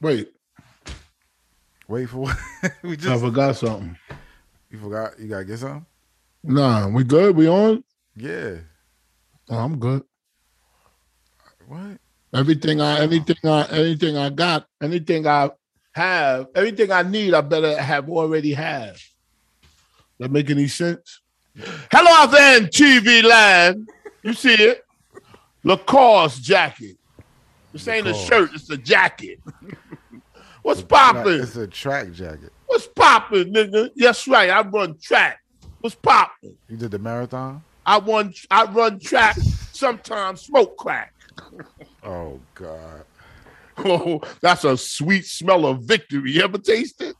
Wait, Wait for what? we just I forgot something. you forgot you gotta get something? Nah, we good? We on? Yeah. Oh, I'm good. What? Everything I, anything I, anything I got, anything I have, everything I need, I better have already have. That make any sense? Hello out there in TV land. You see it? Lacoste jacket. This ain't a Lacoste. shirt. It's a jacket. What's Nah, poppin'? It's a track jacket. What's poppin', nigga? Yes, right. I run track. What's poppin'? You did the marathon? I run. I run track. Sometimes smoke crack. Oh God. Oh, that's a sweet smell of victory. You ever taste it?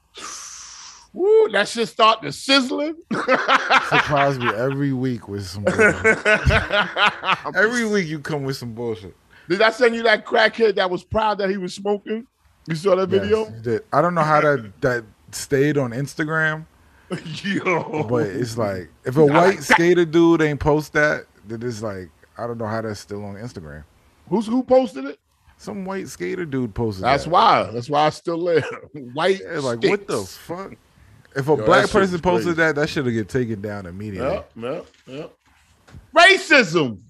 Woo, that shit start to sizzling. Surprise me every week with some bullshit. Every week you come with some bullshit. Did I send you that crackhead that was proud that he was smoking? You saw that Yes, video? you did. I don't know how that that stayed on Instagram, Yo. but it's like if a white skater dude ain't post that, then it's like I don't know how that's still on Instagram. Who's who posted it? Some white skater dude posted That's that. why. That's why I still live. White. Yeah, like what the sticks. fuck? If a that black shit person was crazy. posted that, that should have get taken down immediately. Yep, yep, yep. Racism.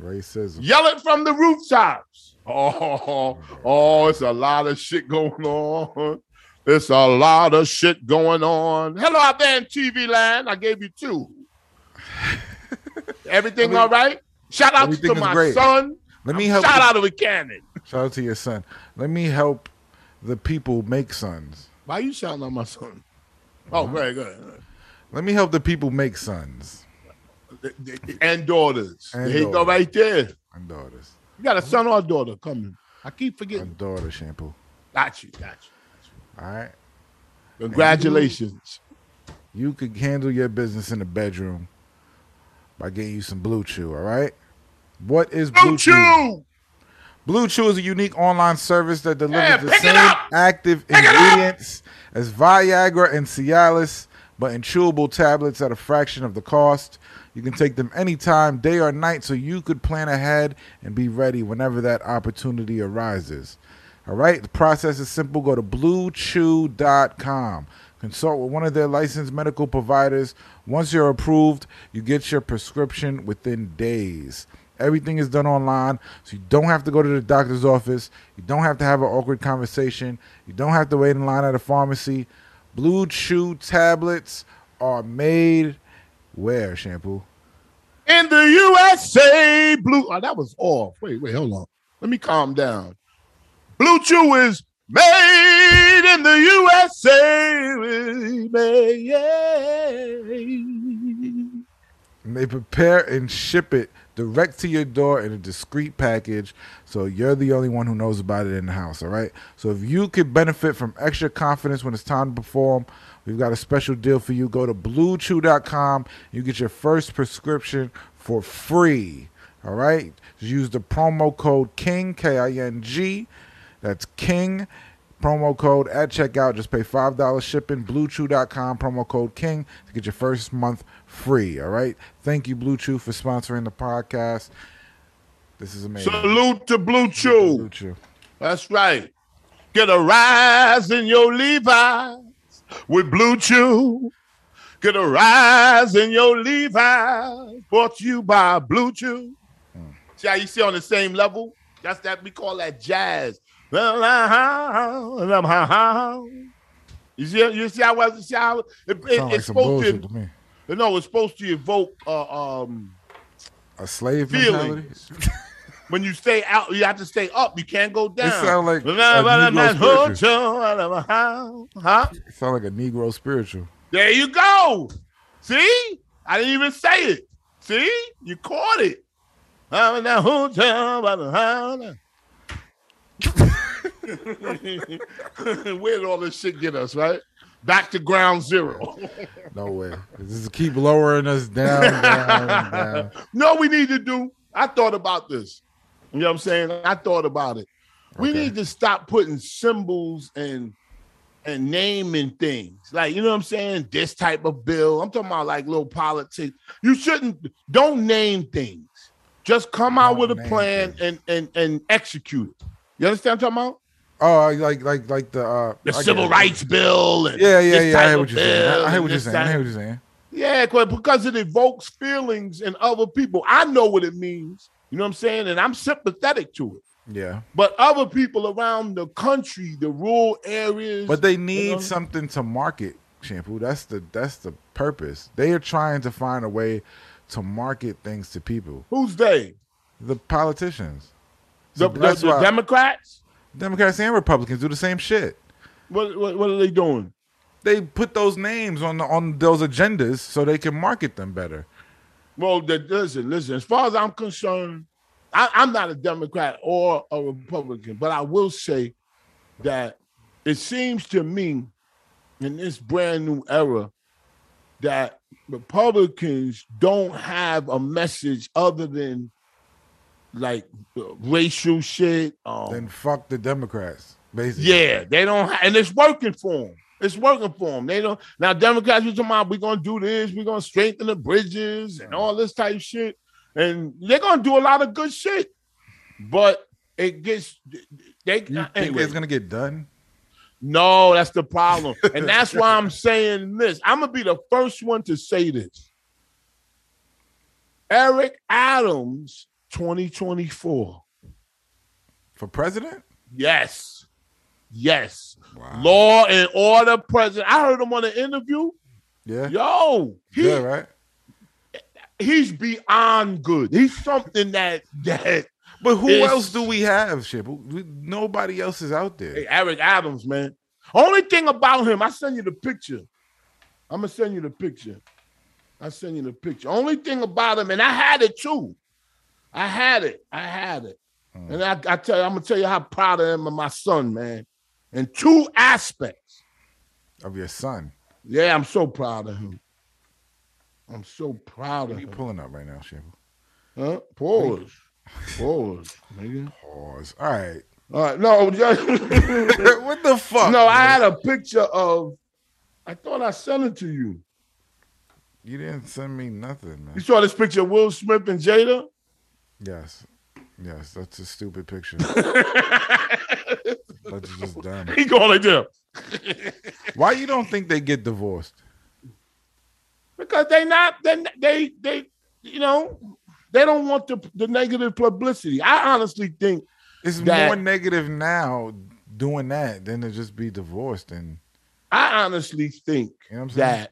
Racism. Yell it from the rooftops. Oh, oh, it's a lot of shit going on. It's a lot of shit going on. Hello out there in TV land. I gave you two. Everything all right? Shout out to everything is my great. son. Let me Shout help. out to the cannon. Shout out to your son. Let me help the people make sons. Why you shouting out my son? Oh, very good. Let me help the people make sons And daughters. And there you go daughters. Mm-hmm. right there. and daughters. You got a son or a daughter coming. I keep forgetting. And daughter shampoo. Got you, got you. All right. Congratulations. You could handle your business in the bedroom by getting you some Blue Chew. All right. What is Blue, Blue Chew! Blue Chew is a unique online service that delivers Yeah, the pick it same up! active it up! ingredients as Viagra and Cialis, but in chewable tablets at a fraction of the cost. You can take them anytime, day or night, so you could plan ahead and be ready whenever that opportunity arises. All right, the process is simple. Go to bluechew.com. Consult with one of their licensed medical providers. Once you're approved, you get your prescription within days. Everything is done online, so you don't have to go to the doctor's office. You don't have to have an awkward conversation. You don't have to wait in line at a pharmacy. Blue Chew tablets are made where, Shampoo? in the USA. Blue. Oh, that was off. Wait, wait, hold on. Let me calm down. Blue Chew is made in the USA. Made. And They prepare and ship it direct to your door in a discreet package so you're the only one who knows about it in the house, all right? So if you could benefit from extra confidence when it's time to perform, we've got a special deal for you. Go to bluechew.com. You get your first prescription for free, all right? Just use the promo code KING, K I N G. That's KING promo code at checkout. Just pay five dollars shipping. BlueChew.com promo code King to get your first month free. All right. Thank you, Blue Chew, for sponsoring the podcast. This is amazing. Salute to Blue Blue Chew. Chew. That's right. Get a rise in your Levi's with Blue Chew. Get a rise in your Levi's. Brought to you by Blue Chew. See how you see on the same level? That's that we call that jazz. You see, uh-huh. you see how, you see how it, it, Sounds like it's some supposed bullshit to, to me. no, it's supposed to evoke uh, um, A slave mentality. feelings. when you stay out, you have to stay up. You can't go down. sound like a Negro huh? It sounds like a Negro spiritual. There you go. See? I didn't even say it. See? You caught it. Where did all this shit get us, right? Back to ground zero. No way. This is keep lowering us down, down, down. No, we need to do. I thought about this. You know what I'm saying? I thought about it. We Okay. need to stop putting symbols and and naming things. Like, you know what I'm saying? This type of bill. I'm talking about like little politics. You shouldn't don't name things. Just come out Don't with a name plan and and and execute it. You understand what I'm talking about? Oh, I like like like the uh, The I get civil it. rights bill. And Yeah, yeah, this yeah. type I hear of what you're saying. I- bill I hear and what you're this saying. I type- hear what you're saying. yeah, 'cause- because it evokes feelings in other people. I know what it means. You know what I'm saying? And I'm sympathetic to it. Yeah. But other people around the country, the rural areas, But they need know? something to market shampoo. That's the that's the purpose. They are trying to find a way to market things to people. who's they? The politicians, The, So the, that's the why- Democrats? Democrats and Republicans do the same shit. What, what what are they doing? They put those names on the, on those agendas so they can market them better. Well, the, listen, listen. As far as I'm concerned, I, I'm not a Democrat or a Republican, but I will say that it seems to me in this brand new era that Republicans don't have a message other than like uh, racial shit. Um, Then fuck the Democrats, basically. Yeah, they don't, ha- and it's working for them. It's working for them. They don't now. Democrats, you talking about? We're gonna do this. We're gonna strengthen the bridges and all this type of shit. And they're gonna do a lot of good shit, but it gets they. You think Uh, anyway. it's gonna get done? No, that's the problem. And that's why I'm saying this. I'm going to be the first one to say this. Eric Adams 2024. For president? Yes. Yes. Wow. Law and order president. I heard him on an interview. Yeah. Yo, he, Yeah, right. he's beyond good. He's something that that But who It's- else do we have, Shampoo? We- Nobody else is out there. Hey, Eric Adams, man. Only thing about him, I send you the picture. I'm gonna send you the picture. I send you the picture. Only thing about him, and I had it too. I had it. I had it. Mm. And I, I tell you, I'm gonna tell you how proud I am of my son, man. In two aspects. Of your son. Yeah, I'm so proud of him. I'm so proud What of are you him. pulling up right now, Shampoo? Huh? Pause. Pause, nigga. Pause. All right. All right, no, just what the fuck? No, I man? had a picture of. I thought I sent it to you. You didn't send me You nothing, man. saw this picture of Will Smith and Jada. Yes. Yes, that's a stupid picture. that's just dumb. he going like them Why you don't think they get divorced? because they not they they they you know they don't want the the negative publicity. I honestly think It's That- more negative now doing that than to just be divorced and I honestly think you know what I'm saying? that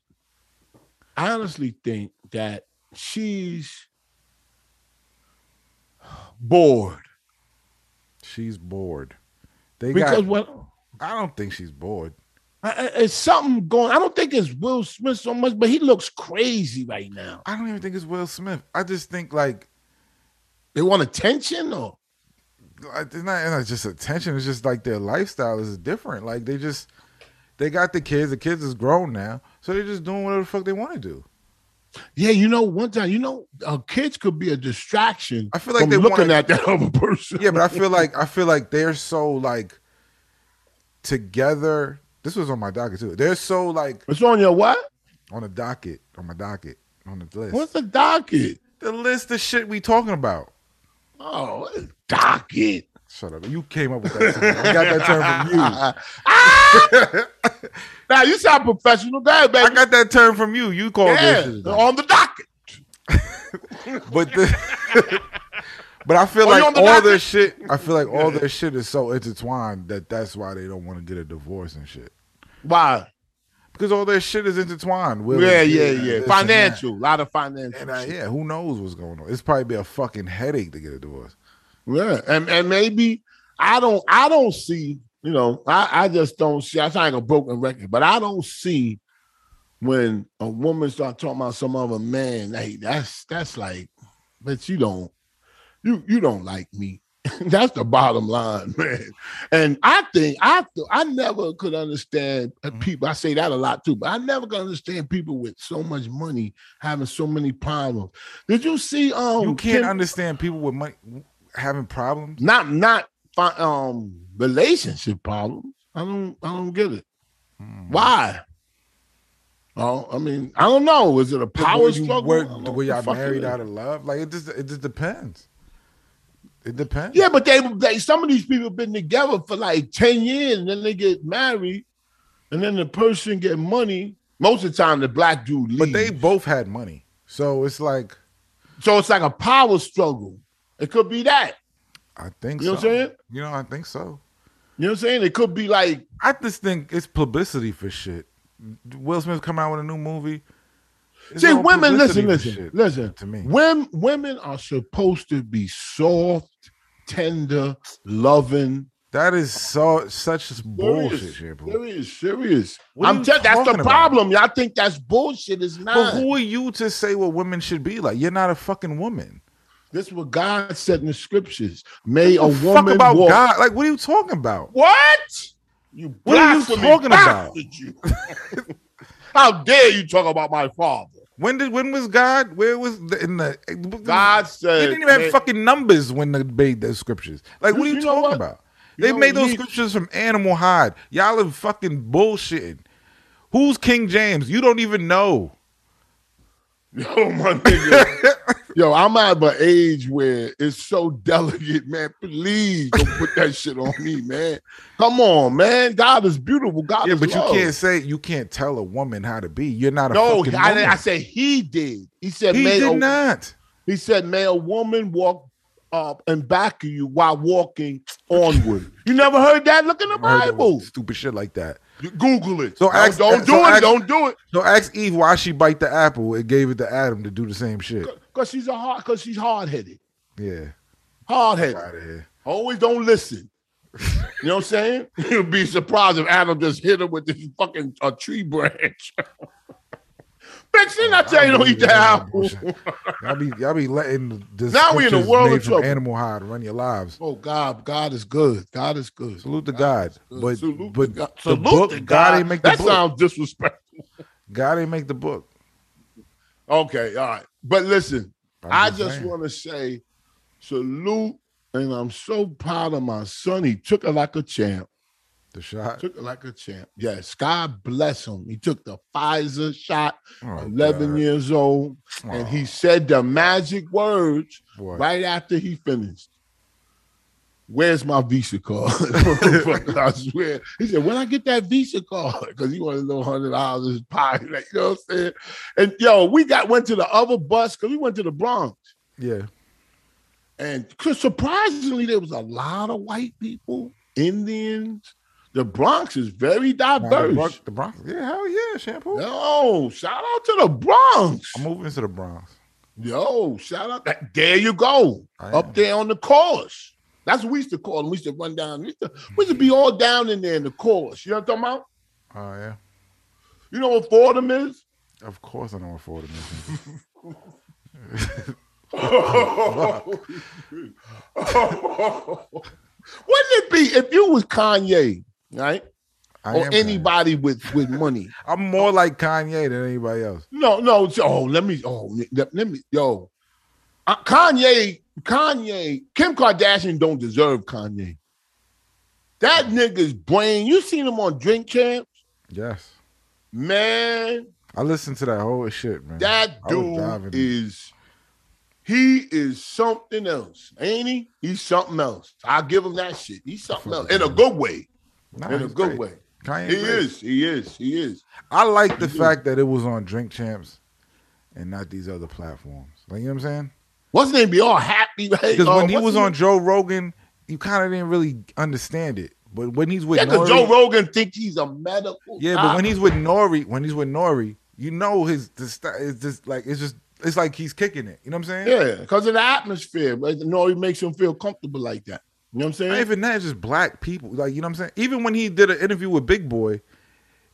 I honestly think that she's bored She's bored. They because got what I don't think she's bored. I- I- it's something going. I don't think it's Will Smith so much, but he looks crazy right now. I don't even think it's Will Smith. I just think like They want attention or it's not, it's not just attention. It's just like their lifestyle is different. Like they just they got the kids. The kids is grown now, so they're just doing whatever the fuck they want to do. yeah, you know, one time, you know, uh, kids could be a distraction. I feel like from they looking wanna- at that other person. Yeah, but I feel like I feel like they're so like together. This was on my docket too. They're so like it's on your what? on the docket, on my docket, on the list. What's the docket? the list of shit we talking about? Oh, what is docket. Shut up! You came up with that. Term. I got that term from you. Now you sound professional, there, I baby. got that term from you. You called yeah, this shit. on the docket. But the, but I feel Are you like on the all docket? their shit. I feel like all their shit is so intertwined that that's why they don't want to get a divorce and shit. Why? Because all their shit is intertwined. Will Yeah, and yeah, kid and yeah. this and that. Financial, a lot of financial. And I, shit. yeah, who knows what's going on? It's probably be a fucking headache to get a divorce. Yeah, and and maybe I don't I don't see you know I I just don't see I sound like a broken record, but I don't see when a woman start talking about some other man. Hey, that's that's like, but you don't you you don't like me. that's the bottom line, man. And I think I th- I never could understand uh, Mm-hmm. people. I say that a lot too, but I never could understand people with so much money having so many problems. Did you see? Um, you Kim- can't understand people with money having problems. not not fi- um relationship problems. I don't I don't get it. Hmm. Why? Oh, I mean, I don't know. Is it a power were you, struggle? I Were, don't know were what the y'all fuck it married is. out of love? Like it just it just depends. It depends. Yeah, but they, they some of these people been together for like ten years, and then they get married, and then the person get money. Most of the time, the black dude leaves. but they both had money, so it's like so it's like a power struggle. It could be that. I think You know so. what I'm saying? You know, I think so. You know what I'm saying? It could be like I just think it's publicity for shit. Will Smith come out with a new movie. It's See, all women, publicity listen, for listen, shit listen. To me, Women, women are supposed to be soft, tender, loving. that is so such bullshit, Serious, shit, bro. serious, serious. What are I'm you telling that's the talking about? problem. Y'all think that's bullshit. It's But not. who are you to say what women should be like? You're not a fucking woman. this is what God said in the scriptures. May a The fuck woman about walk. God? Like, what are you talking about? What? You What are you blasphemy talking about? bastard, You. How dare you talk about my father? When did when was God? Where was the, in the God said. You didn't even may- have fucking numbers when they made those scriptures. Like, what are You- you, you know talking what? about? You they know made what those you- scriptures from animal hide. Y'all are fucking bullshitting. Who's King James? You don't even know. Oh, Yo, my nigga. Yo, I'm at an age where it's so delicate, man. Please don't put that shit on me, man. Come on, man. God is beautiful. God Yeah, is but you love. can't say you can't tell a woman how to be. You're not a No, fucking I, woman. didn't- I said he did. He said, he may did a, not. he said, may a woman walk up and back of you while walking onward. You never heard that? Look in the I heard that Bible. Stupid shit like that. You Google it. So Don't- ask- don't, do so it. ask- don't do it. So ask Eve why she bite the apple and gave it to Adam to do the same shit. Because she's a hard because she's hard headed. Yeah. Hard headed. Out of here. Always don't listen. You know what I'm saying? You'd be surprised if Adam just hit him with this fucking a tree branch. Bitch, didn't Oh, I tell you Oh, don't eat the apple? Bullshit. Y'all be y'all be letting this Now we in a world of trouble. animal hide run your lives. Oh God, God is good. God is good. Salute to God, but Uh, Salute but to God. the Salute book to God. God. ain't make the that book. sounds disrespectful. God ain't make the book. Okay, all right. But listen, I'm I just just saying. want to say salute, and I'm so proud of my son. He took it like a champ. The shot. Took it like a champ. Yes, God bless him. He took the Pfizer shot, Oh, 11 God. years old, and he said the magic words What? right after he finished. Where's my Visa card? I swear. He said, when I get that Visa card, because he wanted a little hundred dollars in his pocket. Like, you know what I'm saying? And yo, we got went to the other bus because we went to the Bronx. Yeah. And 'cause surprisingly, there was a lot of white people, Indians. The Bronx is very Now, The, diverse. Bronx, the Bronx. Yeah, hell yeah, shampoo. Yo, shout out to the Bronx. I'm moving to the Bronx. Yo, shout out. that- There you go. I Up am. there on the chorus. That's what we used to call them. We used to run down. We used to, we used to be all down in there in the chorus. You know what I'm talking about? Oh yeah. You know what Fordham is? Of course I know what Fordham is. Wouldn't it be if you was Kanye, right? I or am anybody with with money? Kanye. I'm more like Kanye than anybody else. No, no. it's- Oh, let me. Oh, let, let me. Yo, Uh, Kanye, Kanye, Kim Kardashian don't deserve Kanye. That nigga's brain. You seen him on Drink Champs, Yes. man. I listened to that whole shit, man. That I was dude driving. is he is something else, ain't he? He's something else. I give him that shit. He's something else in a good way. Nah, In a he's good great. way. Kanye He great. is. He is. He is. I like the He is. fact that it was on Drink Champs and not these other platforms. Like you know what I'm saying? What's his name? Be all happy. uh, Because when he was on Joe Rogan, you kind of didn't really understand it. But when he's with yeah, Nori, because Joe Rogan think he's a medical. yeah, doctor. but when he's with Nori, when he's with Nori, you know his the st- it's just like it's just it's like he's kicking it. You know what I'm saying? Yeah, because of the atmosphere. But no, he makes him feel comfortable like that. You know what I'm Not saying? even that, it's just black people. Like you know what I'm saying? Even when he did an interview with Big Boy,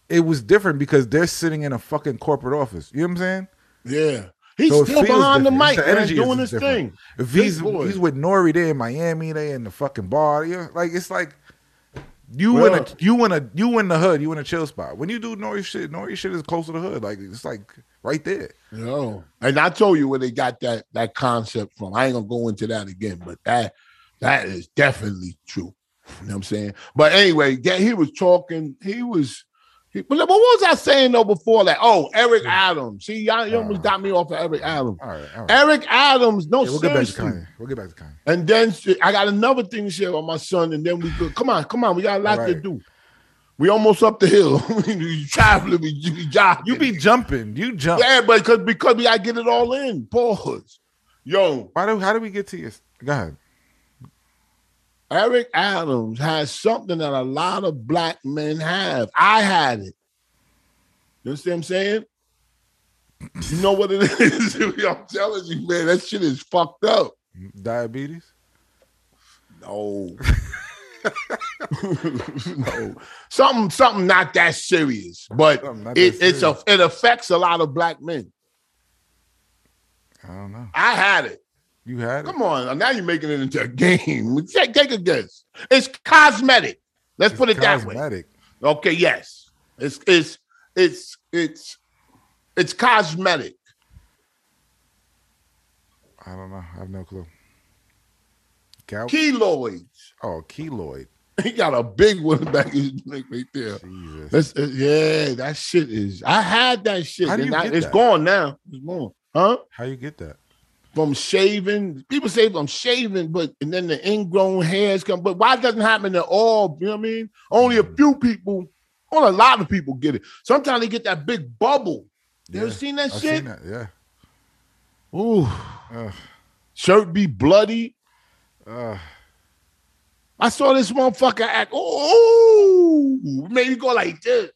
it was different because they're sitting in a fucking corporate office. You know what I'm saying? yeah. He's So it still feels behind the different. mic, The man, energy is doing his different. thing. If Big he's boy. he's with Nori, they in Miami, they in the fucking bar. You know, like it's like you in a Well- you in a you in the hood, you in a chill spot. When you do Nori shit, Nori shit is close to the hood. Like it's like right there. Yo. And I told you where they got that that concept from. I ain't gonna go into that again, but that that is definitely true. You know what I'm saying? But anyway, yeah, he was talking, he was he, but what was I saying though before that? Oh, Eric Adams. See, y'all you almost got me off of Eric Adams. All right, all right. Eric Adams, no Uh. Yeah, we'll get back to seriously. Kanye. We'll get back to Kanye. And then sh- I got another thing to share with my son, and then we go. Come on, come on, we got a lot to Right. do. We almost up the hill. we traveling, we, we jogging. You be jumping. You jump. yeah, but because because we gotta get it all in. Pause. Yo, Why do how do we get to your go ahead? Eric Adams has something that a lot of black men have. I had it. You understand what I'm saying? You know what it is? I'm telling you, man, that shit is fucked up. Diabetes? No. no. Something something not that serious, but Something not that it, it's a it affects a lot of black men. I don't know. I had it. You had it? Come on. Now you're making it into a game. take, take a guess. It's cosmetic. Let's put it that way. Cosmetic. Okay, yes. It's it's it's it's it's cosmetic. I don't know. I have no clue. Gout? Keloids. oh, keloid. He got a big one back in his neck right there. Jesus. That's, uh, yeah, that shit is. I had that shit. How do and you I- get it's that? gone now. It's gone. Huh? How you get that? From shaving. People say from shaving, but and then the ingrown hairs come. But why it doesn't happen to all? You know what I mean? Only a Mm. few people, well, a lot of people get it. Sometimes they get that big bubble. You ever Yeah, seen that I've shit? seen that. Yeah. Ooh. Ugh. Shirt be bloody. Uh, I saw this motherfucker act. Oh, made me go like this.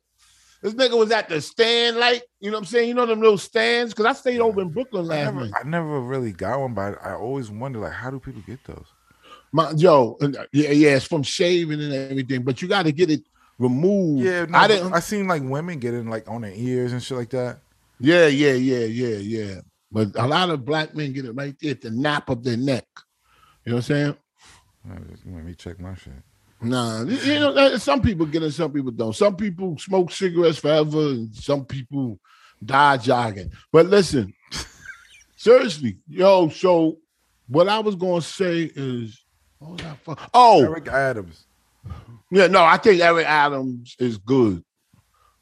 This nigga was at the stand, like, you know what I'm saying? You know them little stands? Because I stayed over in Brooklyn I last never, night. I never really got one, but I always wonder, like, how do people get those? My, yo, and, uh, yeah, yeah, it's from shaving and everything, but you got to get it removed. Yeah, I didn't. I seen like women getting like on their ears and shit like that. yeah, yeah, yeah, yeah, yeah. But a lot of black men get it right there at the nape of their neck. You know what I'm saying? I just- Let me check my shit. Nah, you you know, uh, some people get it, some people don't. Some people smoke cigarettes forever, and some people die jogging. But listen, seriously, yo, so what I was gonna say is, what was I fuck? Oh, Eric Adams. yeah, no, I think Eric Adams is good.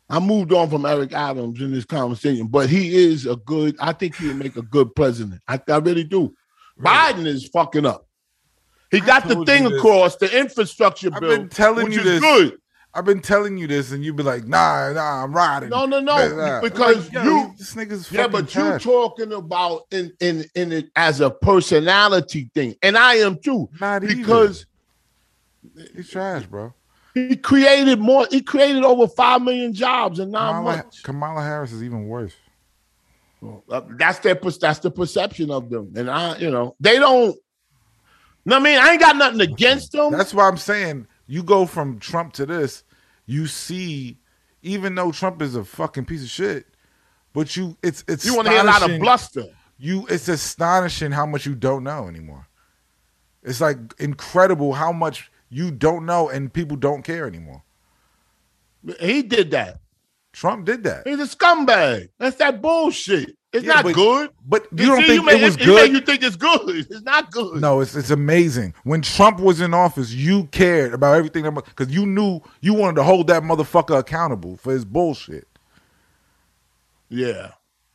I moved on from Eric Adams in this conversation, but he is a good. I think he would make a good president. I, I really do. Biden is fucking up. He got the told thing you this. across the infrastructure I've bill, been telling which you is this. good. I've been telling you this, and you'd be like, nah, nah, I'm riding. No, no, no, Nah, nah. because uh, Like, yo, you- this nigga's Yeah, fucking but trash. you talking about in in in it as a personality thing, and I am too not even. because he's trash, bro. he created more. He created over five million jobs in nine Kamala, months. Kamala Harris is even worse. Uh, That's their per- that's the perception of them, and I you know they don't. No, I mean I ain't got nothing against them. That's why I'm saying you go from Trump to this, you see, even though Trump is a fucking piece of shit, but you it's it's you want to hear a lot of astonishing- bluster. you it's astonishing how much you don't know anymore. It's like incredible how much you don't know and people don't care anymore. He did that. Trump did that. He's a scumbag. That's that bullshit. It's Yeah, not but- good. But you don't see, think made- it was you made good? You think it's good? It's not good. No, it's it's amazing. When Trump was in office, you cared about everything that because you knew you wanted to hold that motherfucker accountable for his bullshit. Yeah.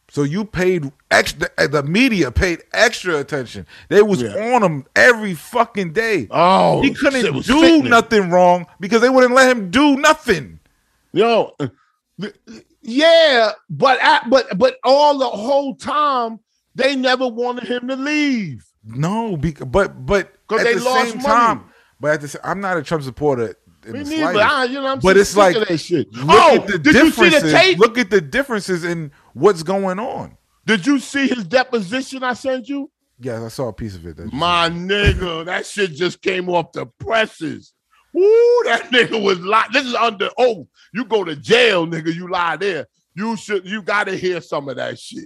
So you paid extra. The media paid extra attention. They was Yeah. on him every fucking day. Oh, he shit couldn't was do sickening. nothing wrong because they wouldn't let him do nothing. Yo, uh, th- yeah, but I, but but all the whole time they never wanted him to leave. No, be, but but 'Cause at they the lost same money. time, but at the, sa- I'm not a Trump supporter. In Me the neither. slightest. I, you know, what I'm But saying? it's Sick like, of that shit. Look oh, at the did you see differences. the tape? Look at the differences in what's going on. Did you see his deposition I sent you? Yes, I saw a piece of it. that you My nigga, that shit just came off the presses. Woo, that nigga was lie. This is under oath. You go to jail, nigga. You lie there. You should. You gotta hear some of that shit.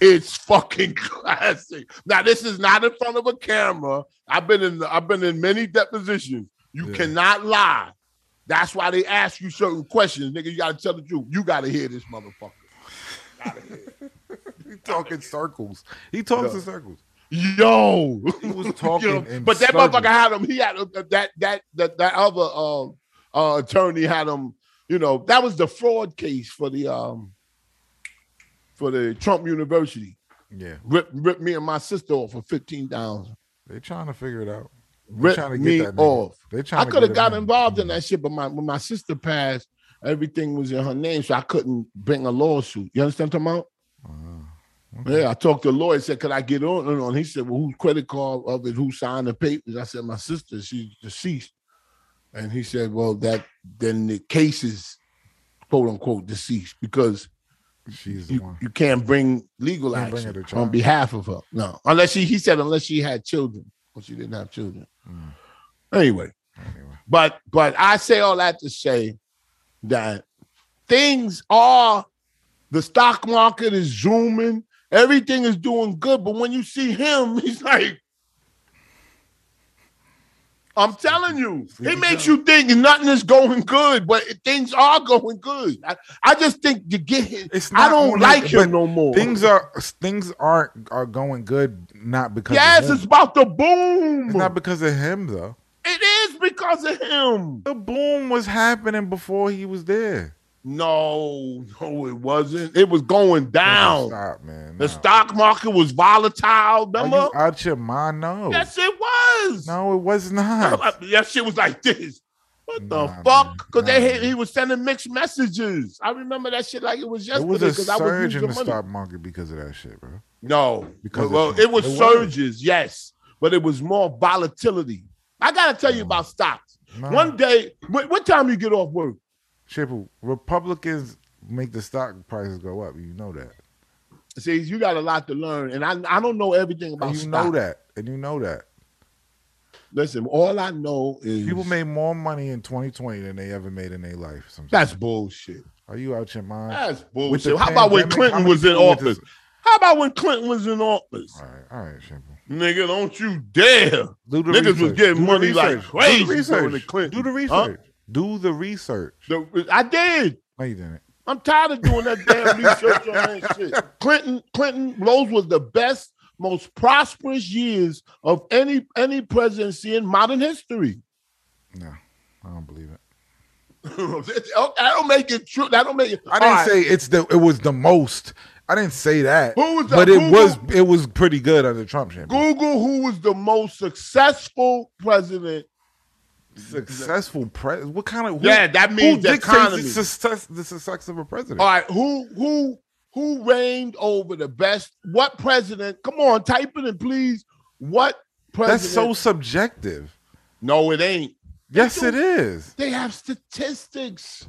It's fucking classic. Now this is not in front of a camera. I've been in. I've been in many depositions. You Yeah. cannot lie. That's why they ask you certain questions, nigga. You gotta tell the truth. You gotta hear this motherfucker. He talking circles. He talks Yeah. in circles. Yo, He was talking in but that circles. motherfucker had him. He had uh, that that that that other um uh, attorney had him. You know that was the fraud case for the um for the Trump University. Yeah, Rip ripped me and my sister off for fifteen thousand. they trying to figure it out. They Ripped trying to get me that nigga. off. They trying. I to could get Mm. have it got in. involved in that shit, but my when my sister passed, everything was in her name, so I couldn't bring a lawsuit. You understand what I'm talking about? Uh, Yeah, I talked to a lawyer. Said, "Could I get on?" And on. He said, "Well, whose credit card of it? Who signed the papers?" I said, "My sister. She's deceased." And he said, "Well, that then the case is quote unquote deceased because She's the you, one. you can't bring legal Can't bring action her to trial. on behalf of her. No, unless she he said unless she had children, but she didn't have children. Anyway, Mm. Anyway, but but I say all that to say that things are the stock market is zooming, everything is doing good, but when you see him, he's like I'm telling you, Freaking it makes you think nothing is going good, but things are going good. I, I just think to get him, It's I not don't only- like him but no more. things are things aren't are going good not because yes, of it's him. about to boom. It's not because of him though. it is because of him. The boom was happening before he was there. No, no, it wasn't. It was going down. Stop, man. The no. stock market was volatile. Are you Remember? out your mind? No. Yes, it was. No, it was Uh, not. That shit was like this. What the Nah, man. fuck? Because they Nah, had, man. he was sending mixed messages. I remember that shit like it was It yesterday. was a 'cause I was surge losing in the money. stock market because of that shit, bro. No, Because because well, it's- it was it was. surges, yes, but it was more volatility. I gotta tell you about stocks. No. One day, what, what time you get off work? Triple Republicans make the stock prices go up. You know that. See, you got a lot to learn, and I I don't know everything about And you stocks. know that. And you know that. Listen, all I know is People made more money in 2020 than they ever made in their life. Sometimes. that's bullshit. Are you out your mind? That's With the bullshit. How about when pandemic, how Clinton many was in people with this- office? How about when Clinton was in office? All right, all right, Triple. Nigga, don't you dare. Do the Niggas was research. getting Do the money like research. crazy Do the during the research. Clinton. Do the Huh? research. Do the research. The- I did. No, you didn't. I'm tired of doing that damn research on that shit. Clinton, Clinton, those was the best, most prosperous years of any any presidency in modern history. No, I don't believe it. that don't make it true. That don't make it. I didn't All right. say it's the. It was the most. I didn't say that. Who was the- but it who- was it was pretty good under Trump. Shampoo. Google who was the most successful president Successful president. What kind of who, Yeah, that means who the dictates economy. the success the success of a president? All right, who who who reigned over the best? What president? Come on, type it in, please. What president? That's so subjective. No, it ain't. Yes, do- it is. They have statistics.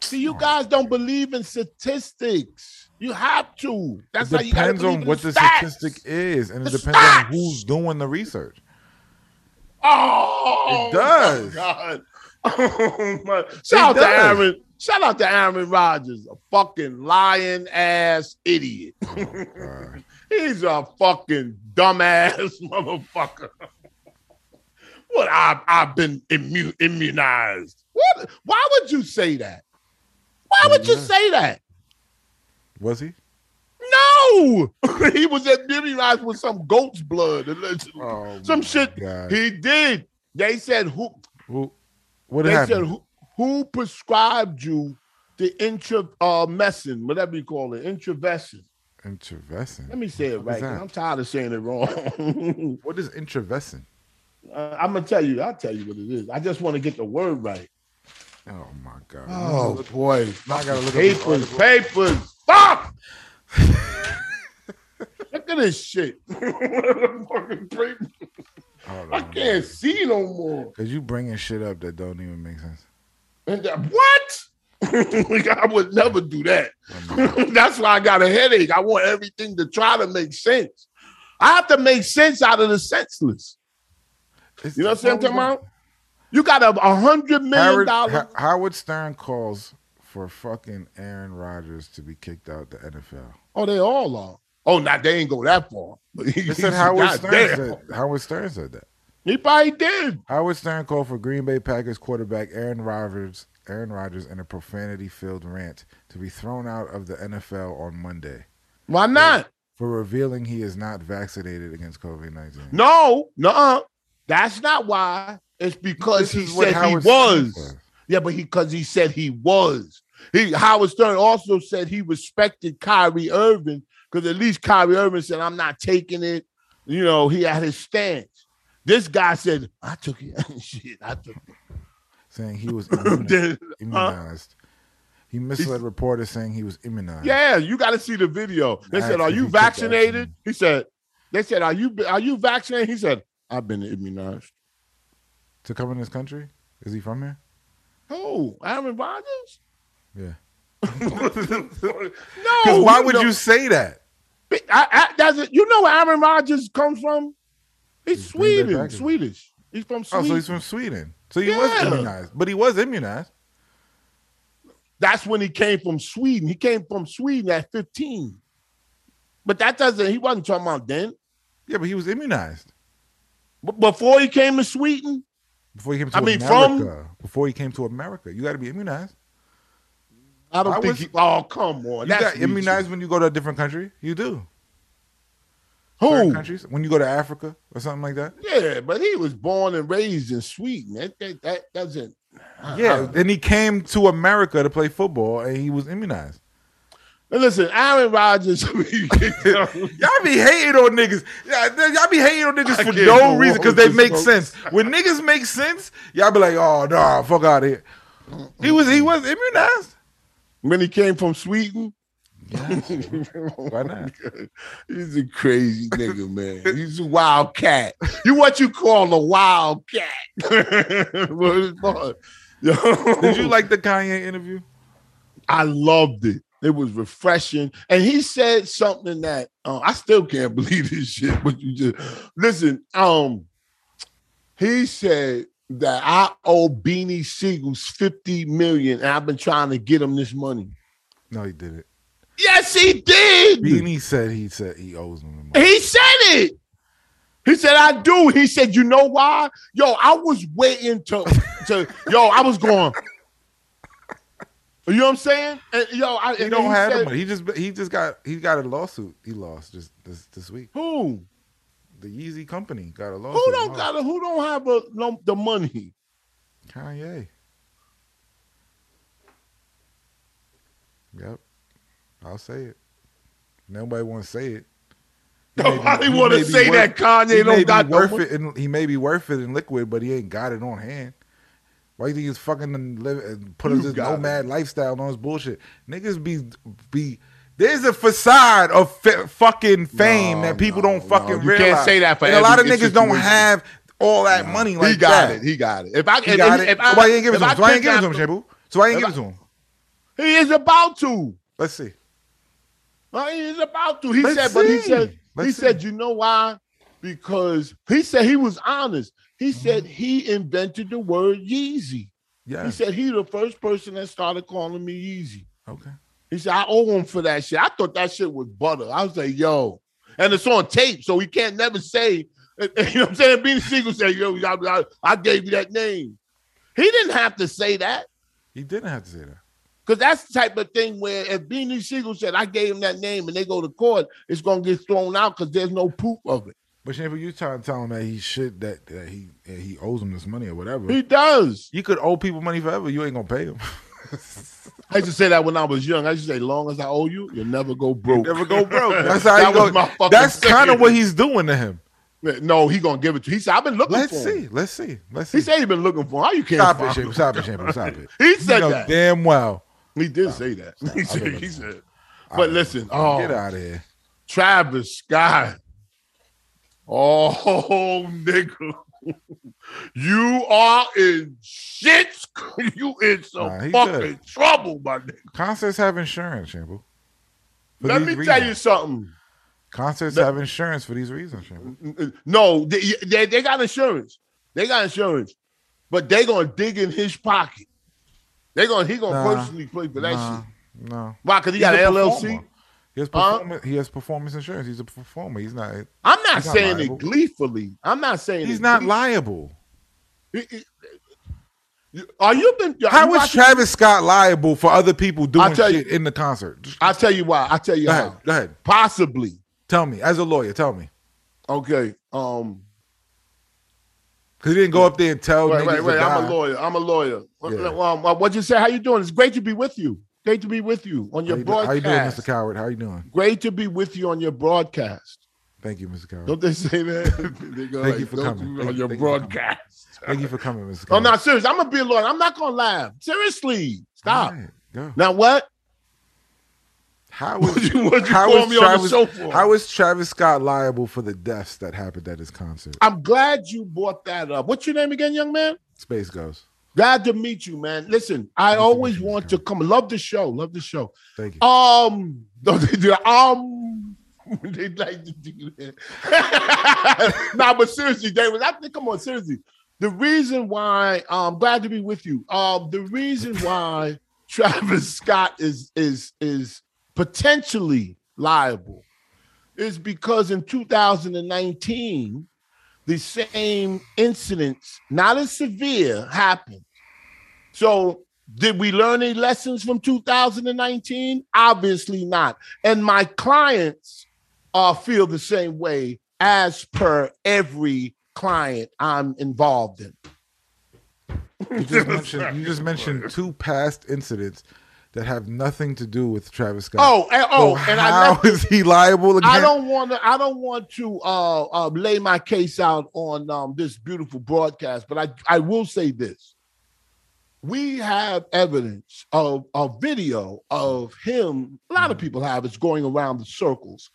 See, you guys don't believe in statistics. You have to. That's it how you gotta depends on believe in what the stats. statistic is, and it The depends stats. on who's doing the research. Oh, It does. My God. Oh my. Shout out to does. Aaron. Shout out to Aaron Rodgers, a fucking lying ass idiot. Oh, God. He's a fucking dumbass motherfucker. what I've I've been immu- immunized. What? Why would you say that? Why would you Yeah. say that? Was he? No, he was immunized with some goat's blood. allegedly. Oh, Some my shit God. He did. They said who? Who- what They said happened? who, who prescribed you the intra uh messin, whatever you call it, intravessin. Let Intravescent. me say it What right. is 'cause that? I'm tired of saying it wrong. What is intravescent? Uh, I'm gonna tell you. I'll tell you what it is. I just want to get the word right. Oh my god. boy, Now I gotta look up this papers, papers, fuck! look at this shit. Fucking paper. Hold I on. can't see no more. Cause you bringing shit up that don't even make sense. And that- what? I would never do that. Hold on. That's why I got a headache. I want everything to try to make sense. I have to make sense out of the senseless. It's- You know what I'm talking about? You got a a hundred million Howard, dollars. Ho- Howard Stern calls for fucking Aaron Rodgers to be kicked out the NFL. Oh, they all are. Oh, now they ain't go that far. But he, They he said Howard God Stern damn. said Howard Stern said that. He probably did. Howard Stern called for Green Bay Packers quarterback Aaron Rodgers, Aaron Rodgers, in a profanity-filled rant to be thrown out of the NFL on Monday Why not? for revealing he is not vaccinated against COVID-19. No, no, that's not why. It's because This he is what said he Howard Stern was. said. Yeah, but because he said he was. He Howard Stern also said he respected Kyrie Irving because at least Kyrie Irving said, "I'm not taking it." You know, he had his stance. This guy said, "I took it." Shit, I took saying he was it. immuni- Then- immunized. He misled reporters saying he was immunized. yeah, you got to see the video. They said, Actually, "Are he you took vaccinated?" vaccine. He said, "They said, are you are you vaccinated?" He said, "I've been immunized." To come in this country? Is he from here? Who? Aaron Rodgers? Yeah. no. Because why would know- Oh, you say that? I, I, that's it. You know where Aaron Rodgers comes from? He's He's Green Bay Sweden. Packers. Swedish. He's from Oh, Sweden. so he's from Sweden. So he was Yeah. immunized. But he was immunized. that's when he came from Sweden. He came from Sweden at 15. But that doesn't, he wasn't talking about then. Yeah, but he was immunized B- before he came to Sweden, before he came to I mean, from- America. Before he came to America. You gotta be immunized. I don't I think was- he, oh, come on. You That's got reaching. immunized when you go to a different country. You do. Certain Who? countries. When you go to Africa or something like that. Yeah, but he was born and raised in Sweden. That, that, that doesn't. I- Yeah. I- Uh, Then he came to America to play football and he was immunized. And listen, Aaron Rodgers. Y'all be hating on niggas. Y'all, y'all be hating on niggas I for can't no go reason on because they with make this, sense. When niggas make sense, y'all be like, oh nah, fuck out of here. He was he was immunized. when he came from Sweden, Why not? He's a crazy nigga, man. He's a wild cat. You what you call a wild cat. What is that? Yo. Did you like the Kanye interview? I loved it. It was refreshing. And he said something that uh, I still can't believe this shit, but you just listen. Um, he said that I owe Beanie Siegel's 50 million, and I've been trying to get him this money. No, he didn't. Yes, he did. Beanie said he said he owes him the money. He said it. He said, I do. He said, you know why? Yo, I was waiting to, to yo, I was going. You know what I'm saying? And yo, I He and don't he have the said, money. He just he just got he got a lawsuit. He lost just this this week. Who? The Yeezy company got a lawsuit. Who don't Oh, got a, who don't have a, no, the money? Kanye? Yep, I'll say it. Nobody want to say it. He may be- Nobody he want may to be say worth- that Kanye he may don't be got no worth money. it. In, he may be worth it in liquid, but he ain't got it on hand. Why you think he's fucking and live and put You this got it. nomad lifestyle on his bullshit? Niggas be be. There's a facade of fa- fucking fame No, that people no, don't fucking no. You realize. can't say that for and a lot of every niggas don't situation. have all that money like he got that. it. He got it. If I He if, got if, it. if I, so why you ain't give if it to him? I So why you pick ain't give it to him, out- Shabu? So why you ain't if give it to him? He is about to. Let's see. Well, he's about to. He Let's said, but he see. said, he Let's said, you know why? Because he said he was honest. He Mm-hmm. said he invented the word Yeezy. Yeah. He said he the first person that started calling me Yeezy. Okay. He said I owe him for that shit. I thought that shit was butter. I was like, yo. and it's on tape, so we can't never say. You know what I'm saying? Beanie Siegel said, "Yo, I, I, I gave you that name." He didn't have to say that He didn't have to say that. because that's the type of thing where if Beanie Siegel said, "I gave him that name," and they go to court, it's gonna get thrown out because there's no proof of it. But Shameful, you trying to tell him that he should that, that he that he owes him this money or whatever. He does. you could owe people money forever. You ain't gonna pay them. I used to say that when I was young. I used to say, "Long as I owe you, you'll never go broke." Never go broke. That's how That you go. was my fucking That's kind saying. of what he's doing to him. No, he gonna give it to. You. He said, "I've been looking Let's for." him." see. Let's see. Let's He see. said he been looking for. Him. How you can't Stop it, find him? Shameful. Stop it, Shameful. Stop it. He You said know that. damn well. He did say that. He Stop. I said. remember He that. said. But listen, oh, Get out of here. Travis Scott. Oh, nigga. You are in shit. You in some Nah, he fucking good. trouble, my nigga. Concerts have insurance, Shameful. For Let these me reasons. tell you something. Concerts Let- have insurance for these reasons, Shameful. No, they, they, they got insurance. They got insurance. But they gonna dig in his pocket. They gonna he gonna Nah, personally play for that Nah, shit. No. Why? Cause he He's got a an LLC. performer. He has, Huh? performance, he has performance insurance. He's a performer. He's not. I'm not He's not saying liable. it gleefully. I'm not saying He's it not gleefully. liable. He- he- you- Are you been? are How you is watching- Travis Scott liable for other people doing tell shit in the concert? Just- I'll tell you why. I'll tell you Go how. ahead. Go ahead. Possibly. Tell me, as a lawyer, tell me, Okay. Um. because he didn't go up there and tell. Wait, Oh, niggas wait, to wait. I'm die. a lawyer. I'm a lawyer. Yeah. Um, uh, what you say? How you doing? It's great to be with you. Great to be with you on How your you, do- how you broadcast. doing, Mr. Coward? How you doing? Great to be with you on your broadcast. Thank you, Mr. Coward. Don't they say that? They go Thank you for "Don't coming. you- Thank on you- your thank you for coming." broadcast. Thank you for coming, Mr. I'm Coward. not serious. I'm gonna be a lawyer. I'm not gonna laugh. Seriously. Stop. All right, go. Now what? How What is you, what you how call is me on the Travis show for? how is Travis Scott liable for the deaths that happened at his concert? I'm glad you brought that up. What's your name again, young man? Space Ghost. Glad to meet you, man. Listen, I Nice to always meet you, want Mr. to come. Love the show. Love the show. Thank you. Um, no, they do. Um, they like to do that. nah, but seriously, David, I think, come on, seriously. The reason why I'm glad to be with you. Um, the reason why Travis Scott is is is potentially liable is because in 2019 the same incidents, not as severe, happened. So, did we learn any lessons from 2019? Obviously not. And my clients uh, feel the same way as per every client I'm involved in. You just mentioned, you just mentioned two past incidents that have nothing to do with Travis Scott. Oh, and, oh, So and I how left, is he liable again? I don't want to. I don't want to uh, uh, lay my case out on um, this beautiful broadcast, but I I will say this: we have evidence of a video of him. A lot of people have. It's going around the circles.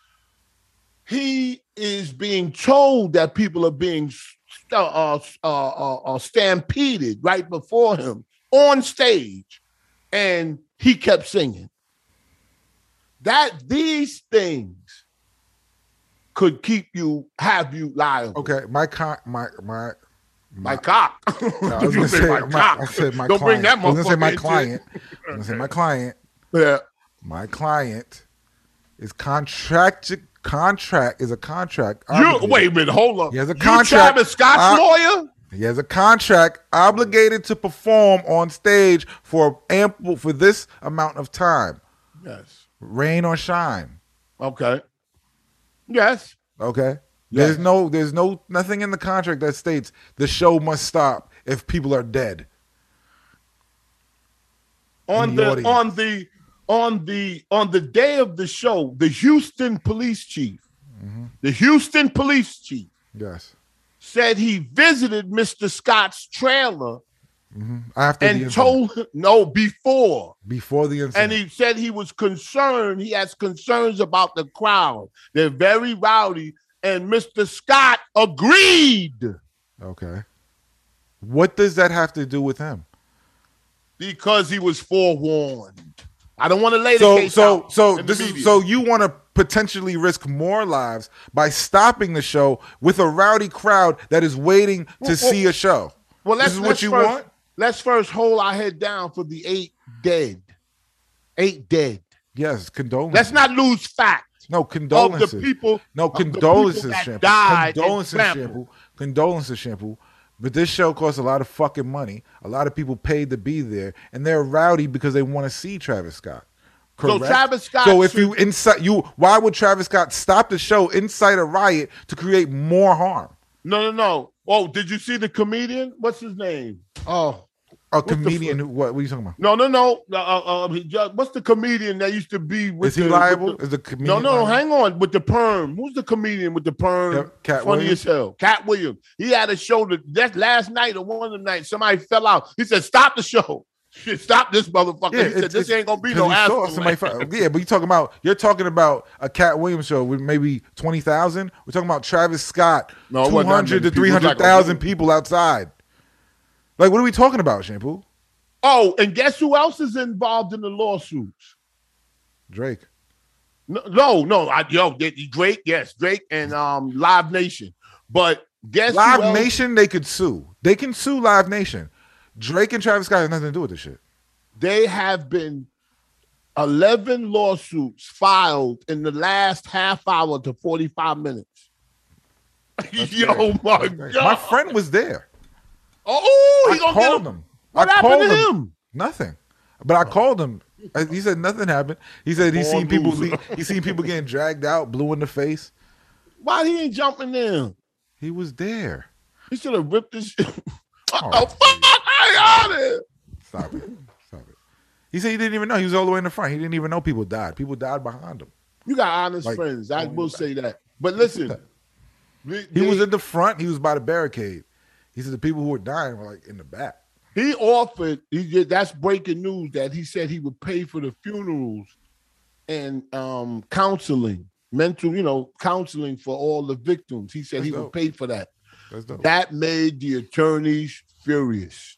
He is being told that people are being st- uh, uh, uh, uh, stampeded right before him on stage, and he kept singing. That these things could keep you, have you liable. Okay, my con, my my My cock. I was gonna You say say my my, cock. I said my Don't bring client. that I was gonna say motherfucker my into it. client. I was gonna say my client. Yeah. My client is contract contract is a contract. You obligated- wait a minute, hold on. He has a You contract. Travis Scott's I- lawyer? He has a contract obligated to perform on stage for ample for this amount of time, Yes. rain or shine. Okay. Yes. Okay. Yes. There's no there's no nothing in the contract that states the show must stop if people are dead. On the the, audience. on the on the on the day of the show, the Houston police chief, Mm-hmm. the Houston police chief Yes. said he visited Mr. Scott's trailer Mm-hmm. After the and incident. told him no before. before the incident. And he said he was concerned. He has concerns about the crowd. They're very rowdy. And Mr. Scott agreed Okay. What does that have to do with him? because he was forewarned. I don't want to lay the So case so out so in this the is media. so you want to potentially risk more lives by stopping the show with a rowdy crowd that is waiting to Well, see a show. Well, let's, this is what let's you first, want? Let's first hold our head down for the eight dead. Eight dead. Yes, condolences. Let's not lose fact. No of condolences. the people. no of the people condolences, that shampoo. died in Condolences, Tampa. shampoo. Condolences, shampoo. But this show costs a lot of fucking money. A lot of people paid to be there, and they're rowdy because they want to see Travis Scott. Correct. Travis Scott So if should- you incite you, why would Travis Scott stop the show, incite a riot to create more harm? No, no, no. Oh, did you see the comedian? What's his name? Oh, A the comedian who? What, what are you talking about? no, no, no. Uh, uh, uh, he ju- what's the comedian that used to be with? Is he the- liable? with the- Is the no, comedian? no, liable? hang on. With the perm, who's the comedian with the perm? Yep, Cat Funny Williams? as hell. Cat Williams. He had a show that, that last night or one of the nights. Somebody fell out. He said, "Stop the show! Shit, stop this motherfucker!" Yeah, he said, it's- "This it's- ain't gonna be 'Cause no he saw asshole." somebody fuck- yeah, but you talking about you're talking about a Cat Williams show with maybe twenty thousand. We're talking about Travis Scott, No, it two wasn't that hundred to many people. three It was like "Oh, hundred a thousand room. people outside. Like, what are we talking about, Shampoo? Oh, and guess who else is involved in the lawsuits? Drake. No, no, no I, yo, Drake. Yes, Drake and um, Live Nation. But guess who Live else- Nation, they could sue. They can sue Live Nation. Drake and Travis Scott have nothing to do with this shit. they have been 11 lawsuits filed in the last half hour to 45 minutes. Yo, fair. my Like, God. My friend was there. oh, I he gonna get called him. him. What I happened called to him. him? Nothing. But I called him. I- He said nothing happened. He said he Born seen people. loser. He seen people getting dragged out, blue in the face. Why he ain't jumping in? He was there. He should have ripped his shit. What Oh, the fuck? I got it. Stop it. Stop it. He said he didn't even know. He was all the way in the front. He didn't even know people died. People died behind him. You got honest Like, friends. I don't will even- say that. But listen, the- He the- was at the front. He was by the barricade. He said the people who were dying were like in the back. He offered. He did, that's breaking news that he said he would pay for the funerals and um, counseling, mental, you know, counseling for all the victims. He said he That's would dope. pay for that. That's dope. That made the attorneys furious.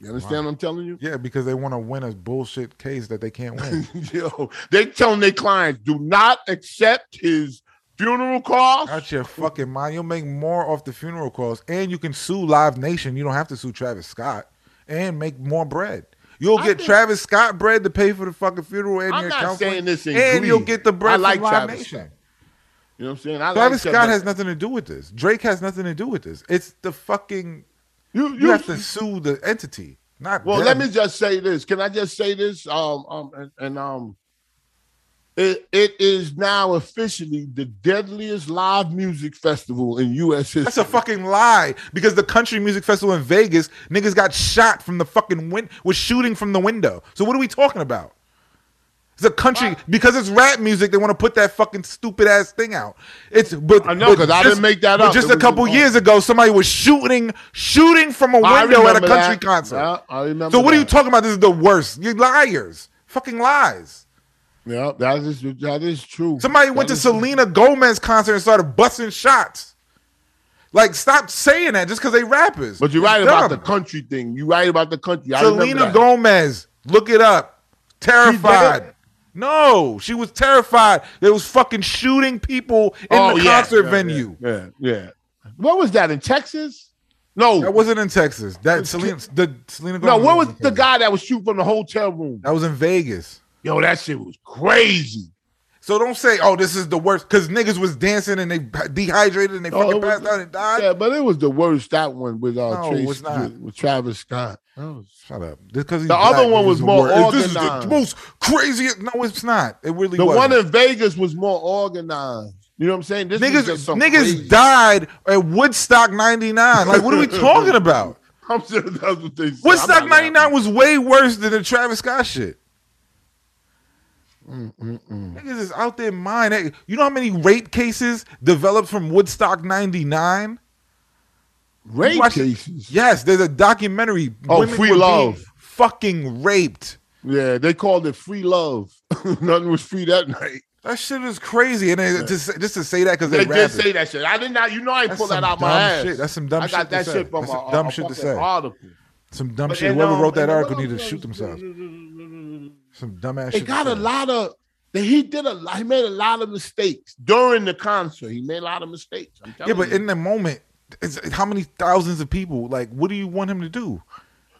You understand what I'm telling you? yeah, because they want to win a bullshit case that they can't win. Yo, they telling their clients do not accept his funeral costs. Out your fucking mind. You'll make more off the funeral calls, and you can sue Live Nation. You don't have to sue Travis Scott, and make more bread. You'll I get think- Travis Scott bread to pay for the fucking funeral and I'm your not counseling, saying this in and greed. you'll get the bread I from like Live Travis Nation. Scott. You know what I'm saying? I Travis like Scott that. has nothing to do with this. Drake has nothing to do with this. It's the fucking you, you have to sue the entity, not Well, them. let me just say this. Can I just say this? Um, um, and, and um, it it is now officially the deadliest live music festival in U.S. history. That's a fucking lie because the country music festival in Vegas niggas got shot from the fucking win was shooting from the window. So what are we talking about? It's a country because it's rap music. They want to put that fucking stupid ass thing out. It's but I know, but 'cause I just- didn't make that but up. Just It a was couple in- years ago, somebody was shooting shooting from a I window at a remember country that. concert. Yeah, I remember. So what are you that. talking about? This is the worst. You liars. Fucking lies. Yeah, that is that is true. Somebody That went to is true. Selena Gomez concert and started busting shots. Like, stop saying that just because they rappers. But you're right It's about the dumb. country thing. You're right about the country. I remember Selena that. Gomez. Look it up. She did Terrified. No, she was terrified. They was fucking shooting people in Oh, the yeah, concert yeah, venue. Yeah, yeah. What was that in Texas? No, That wasn't in Texas. That Selena, the Selena no. Gomez. What was in the Texas. guy that was shooting from the hotel room? That was in Vegas. Yo, that shit was crazy. So don't say, "Oh, this is the worst," because niggas was dancing and they dehydrated and they Oh, fucking it was- passed out and died. Yeah, but it was the worst that one with uh No, it Trace, was not. With, with Travis Scott. Shut up. Because The other one was more This is the organized. most crazy. No, it's not. It really The was one in Vegas was more organized. You know what I'm saying? This was just niggas some niggas crazy- died at Woodstock '99. Like, what are we talking about? I'm sure that's what they said. Woodstock I'm not '99 was way worse than the Travis Scott shit. Mm, Niggas is out there mind. Hey, You know how many rape cases developed from Woodstock '99? laughing. rape You watch- cases. Yes, there's a documentary. Oh, Women Free were being Love. fucking raped. Yeah, they called it free love. Nothing was free that night. That shit is crazy. And it, just, just to say that because They they, did rapped say that shit. I did not. You know, I That's pulled that some out my dumb ass. shit. That's some dumb I got shit to that say. shit from That's a, some dumb a shit to fucking say. article. some dumb But shit. then, Whoever um, wrote that and then what article needed to else shoot was- themselves. Some dumbass They shit. to got a say. lot of. He did a lot. He made a lot of mistakes during the concert. He made a lot of mistakes. I'm Yeah, telling but you. in the moment, it's, how many thousands of people? Like, what do you want him to do?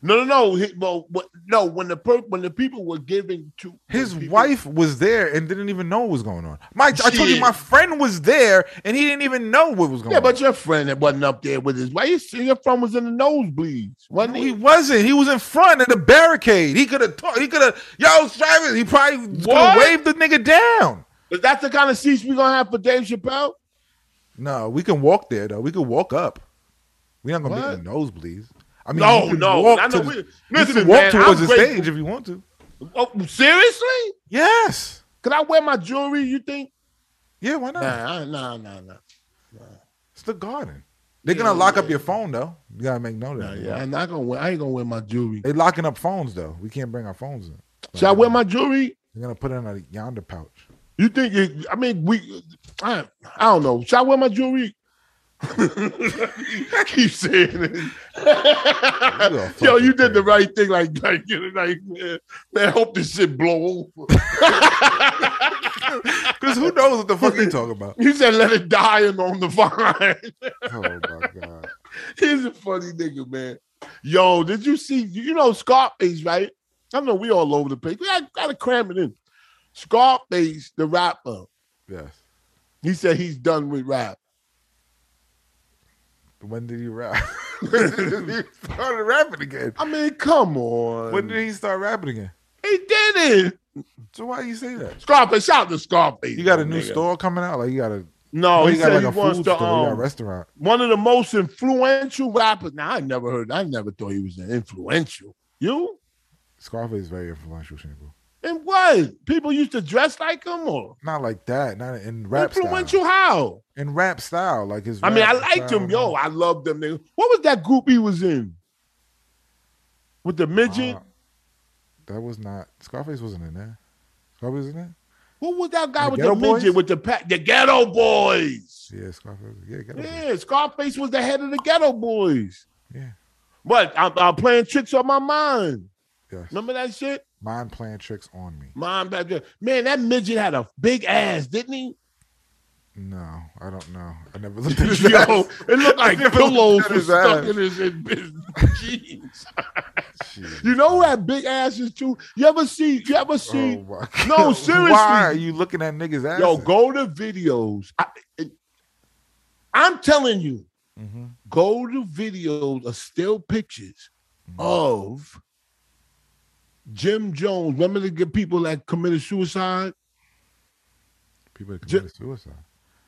No, no, no. He, well, what, no. When the per, when the people were giving to when His people- wife was there and didn't even know what was going on. My, I told you Shit. my friend was there and he didn't even know what was going Yeah, on. but your friend that wasn't up there with his wife. Your friend was in the nosebleeds. Wasn't he he? wasn't. He was in front of the barricade. He could have talked. He could have. Yo, Travis. He probably could have What? waved the nigga down. Is that the kind of seats we're gonna have for Dave Chappelle? No, we can walk there though. We can walk up. We're not gonna What? be in the nosebleeds. I mean, No, you can no. walk I to know. the- we- you can listen, walk man, I'm towards the grateful- stage if you want to. Oh, seriously? Yes. Can I wear my jewelry? You think? Yeah. Why not? Nah, nah, nah, nah. It's the garden. They're Yeah, gonna lock up yeah. your phone though. You gotta make note of Nah, that. yeah, I'm not gonna wear. I ain't gonna wear my jewelry. They locking up phones though. We can't bring our phones in. Should I wear my jewelry? They're gonna put it in a yonder pouch. You think? It, I mean, we. I, I don't know. Should I wear my jewelry? Keep saying a it. Yo, you did the right thing. Like, like, you know, like, man, man, hope this shit blow over. Cause who knows what the fuck they talking about? He said, "Let it die and on the vine." Oh my god. He's a funny nigga, man. Yo, did you see? You know Scarface, right? I know we all over the place. We got, gotta cram it in. Scarface, the rapper, Yes. he said he's done with rap. When did he rap? he started rapping again. I mean, come on. When did he start rapping again? he did it. So why you say that? Scarface, shout out to Scarface. You got a new Oh, nigga. store coming out? Like you got a oh, No, you he got said like he a wants food to store, you got a um, restaurant. one of the most influential rappers. Now I never heard. I never thought he was influential. You Scarface is very influential, Shambo. and what? People used to dress like him or Not like that. Not in rap influential how? style. In rap style, like his. I mean, I rap liked style, him, yo. I loved them niggas. What was that group he was in? With the midget? Uh, that was not Scarface. Wasn't in there. Scarface was in there. Who was that guy the with Ghetto the midget Boys? with the pack? The Ghetto Boys. Yeah, Scarface. Yeah, got it. Yeah, Scarface was the head of the Ghetto Boys. Yeah. What? I'm, I'm playing tricks on my mind. Yes. Remember that shit? Mind playing tricks on me. Mind back there. Man, that midget had a big ass, didn't he? No, I don't know. I never looked at his Yo, ass. it looked like Never pillows looked at was his stuck ass. in his, in his jeans. Jeez. You know who had big asses too? You ever see? You ever see? Oh my God. No, seriously. Why are you looking at niggas' ass? Yo, go to videos. I, it- I'm telling you, Mhm. go to videos of still pictures Mm-hmm. of Jim Jones. Remember the good people that committed suicide? People that Ju- committed suicide.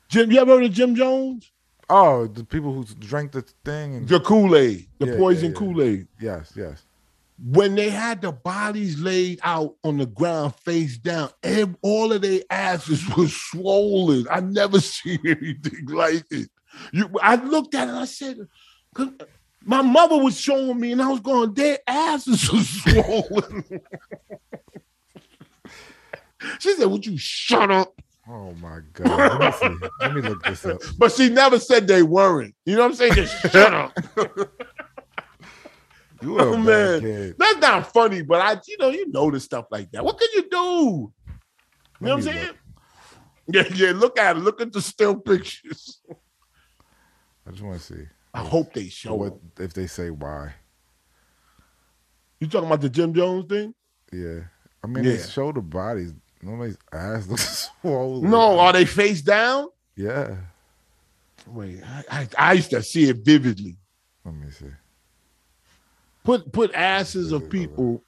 Jim, you ever heard of Jim Jones? Oh, the people who drank the thing and The Kool Aid, the Yeah, yeah, poison yeah. Kool Aid. yes, yes. When they had the bodies laid out on the ground face down, ev- all of their asses was swollen. I never seen anything like it. You, I looked at it, I said, 'cause my mother was showing me, and I was going, their asses are swollen. she said, Would you shut up? Oh my god. Let me see. Let me look this up. But she never said they weren't. You know what I'm saying? Just shut up. You are a Oh, man. bad kid. That's not funny, but I, you know, you notice stuff like that. What can you do? You know what I'm Let me saying? Yeah, yeah. Look at it. Look at the still pictures. I just want to see I hope they show what it. if they say why. You talking about the Jim Jones thing? Yeah. I mean, they Yeah. show the bodies. Nobody's ass looks swollen. No, are they face down? Yeah. Wait, I, I, I used to see it vividly. Let me see. Put put asses of people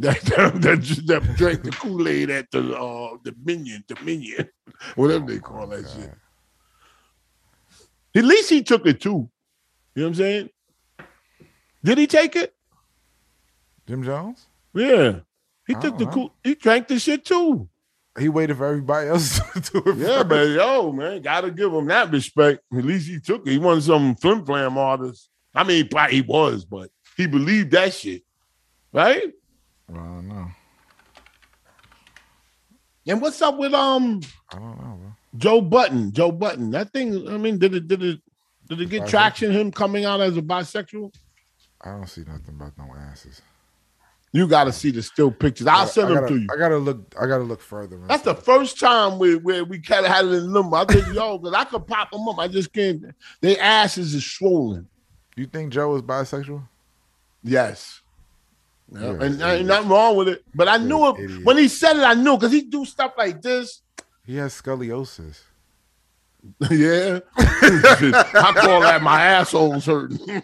that that, that, that drank the Kool Aid at the uh, the minion, the minion, whatever they call that shit. At least he took it too. You know what I'm saying? Did he take it? Jim Jones? Yeah. He I took don't the know. cool, he drank the shit too. He waited for everybody else to do it. Yeah, first. but yo, man, gotta give him that respect. At least he took it. He wasn't some flim flam artist. I mean, he probably he was, but he believed that shit, right? I don't know. And what's up with um I don't know, bro. Joe Button? Joe Button, that thing. I mean, did it did it did it get Bisexual. traction? Him coming out as a bisexual? I don't see nothing about no asses. You gotta see the still pictures. I'll I- send I them gotta- to you. I gotta look. I gotta look further. into That's the first time we where we kind of had it in limbo. I think yo, because I could pop them up. I just can't. Their asses is swollen. You think Joe is bisexual? Yes. You You're know? an and idiot. ain't nothing wrong with it. But I You're knew an it idiot. when he said it. I knew because he do stuff like this. He has scoliosis. yeah, I call that my asshole's hurting.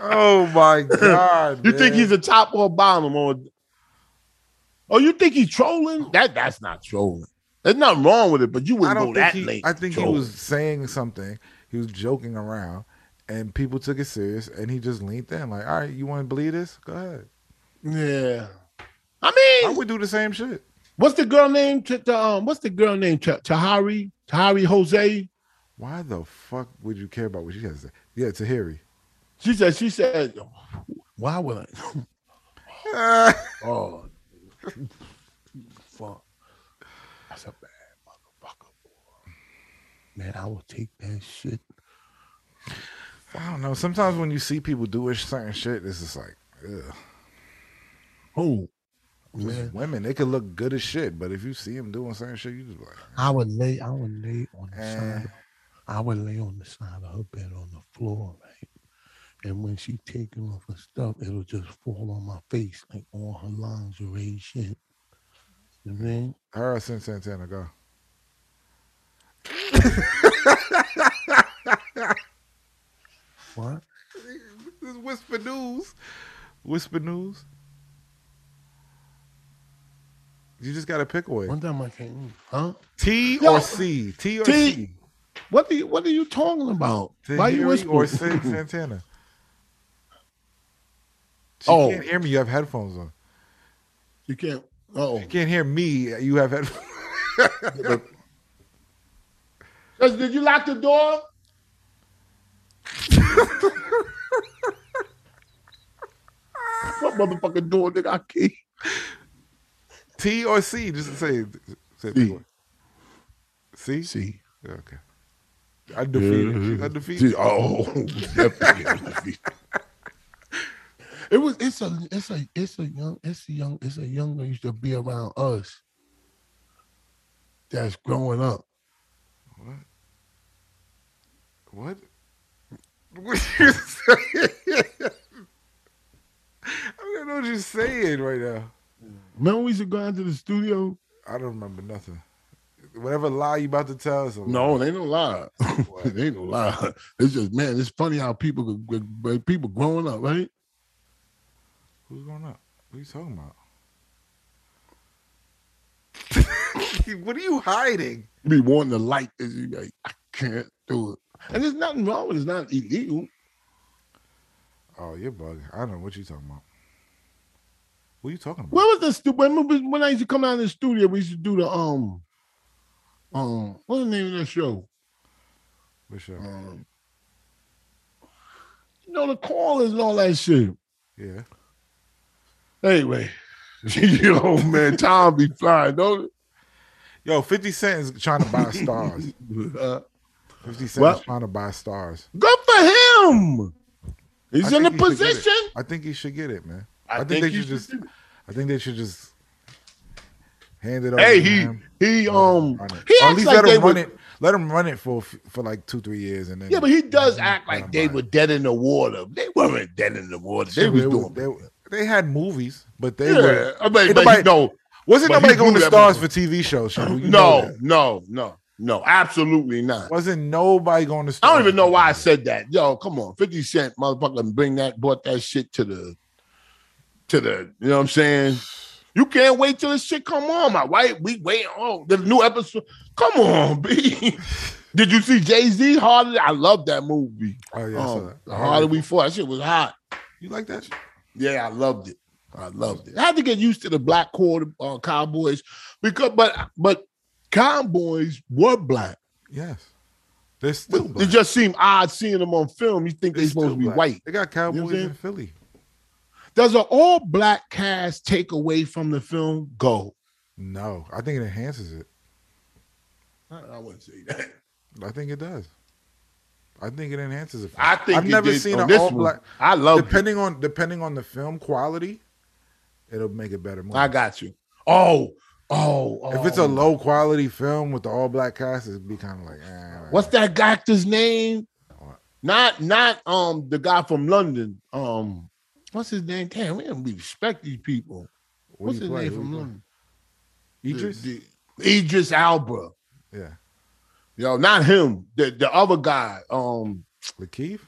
Oh my god! You think man. he's a top or bottom or? Oh, you think he's trolling? That that's not trolling. There's nothing wrong with it, but you I wouldn't don't go think that he. late. I think he trolling. was saying something. He was joking around, and people took it serious, and he just leaned in like, "All right, you want to believe this? Go ahead. Yeah, I I mean, would do the same shit." what's the girl name? T- t- um, what's the girl name? T- Tahari, Tahari Jose. Why the fuck would you care about what she has to say? Yeah, Tahiri. She said. She said. Why would I? Uh, Oh, fuck. That's a bad motherfucker. boy. Man, I will take that shit. I don't know. Sometimes when you see people do certain shit, it's just like, ugh. Who? Just Man, women, they could look good as shit, but if you see them doing certain shit, you just be like, I would lay. I would lay on the Eh. side. of- I would lay on the side of her bed on the floor, right? And when she taking off her stuff, it'll just fall on my face, like all her lingerie shit. You know what I mean? her or Sin Santana, go. What? This is whisper news. Whisper news. You just got to pick away. One time I came, huh? T Yo. or C? T or T. C? What are you? What are you talking about? Why you Tahiri or Sin whispering? Santana? She Oh. can't hear me. You have headphones on. you can't. Oh, You can't hear me. You have headphones. Cuz, Did you lock the door? what motherfucking door did I keep? T or C? Just say, say C. pick away. C? See. Okay. Undefeated. She undefeated. See, oh, definitely undefeated. It was it's a it's a it's a young it's a young it's a young that used to be around us that's growing up. What? What you saying? I don't know what you're saying right now. Remember we used to go out to the studio? I don't remember nothing. Whatever lie you about to tell us. I'm No, they don't lie. What? they don't lie. It's just man, it's funny how people could- could- but people growing up, right? Who's going up? What are you talking about? what are you hiding? You be wanting to like this, you be like, I can't do it. And there's nothing wrong with it. It's not illegal. Oh, you're bugging. I don't know what you're talking about. What are you talking about? Where was the stu- when, we- when I used to come down to the studio, we used to do the um um what's the name of that show? What's your- Um, you know the callers and all that shit. Yeah. Anyway, yo man, time be flying, don't Yo, 50 Cent is trying to buy stars. it? Uh, 50 Cent Well- is trying to buy stars. good for him. He's I in a think he should get it. position. I think he should get it, man. I I, think, think they he should should just. get it. I think they should just hand it over. Hey, to he him. he um Run it. he Or at acts least like let they him run would. it. Let him run it for a f- for like two, three years, and then Yeah, but he does act Let him like they buy were it. dead in the water. They weren't dead in the water. They Shit, was they doing. they, they had movies, but they yeah, were. I mean, Ain't but nobody- you know, Wasn't but he nobody going blew to that stars movie. for TV shows? Shabu, you know no, that. no, no, no, absolutely not. wasn't nobody going to I stars. don't even know for why I TV. said that. Yo, come on, Fifty Cent, motherfucker, bring that, brought that shit to the, to the. You know what I'm saying? You can't wait till this shit come on, my white. We wait. Oh, the new episode. Come on, B. Did you see Jay Z? Harder. I love that movie. Oh yeah, I saw Um, that. the harder we fall. That shit was hot. You like that? Yeah, I loved it. I loved it. I had to get used to the black quarter uh, cowboys because, but but cowboys were black. Yes. They're still It black. just seemed odd seeing them on film. You think They're they're supposed still to be black. white? They got what I'm cowboys in saying? Philly. Does an all black cast take away from the film? Go. No, I think it enhances it. I, I wouldn't say that. I think it does. I think it enhances it. I think I've it never did seen on an this all one. black. I love. it. Depending on depending on the film quality, it'll make it better. Movie. I got you. Oh, oh, oh. if it's a low quality film with the all black cast, it'd be kind of like eh, what's that actor's name? What? Not not um the guy from London. Um, What's his name? Damn, we don't respect these people. What What's do his you play? name What from do you London? play? Idris? The- the- Idris Alba. Yeah. Yo, not him. The the other guy. Um, Lakeith?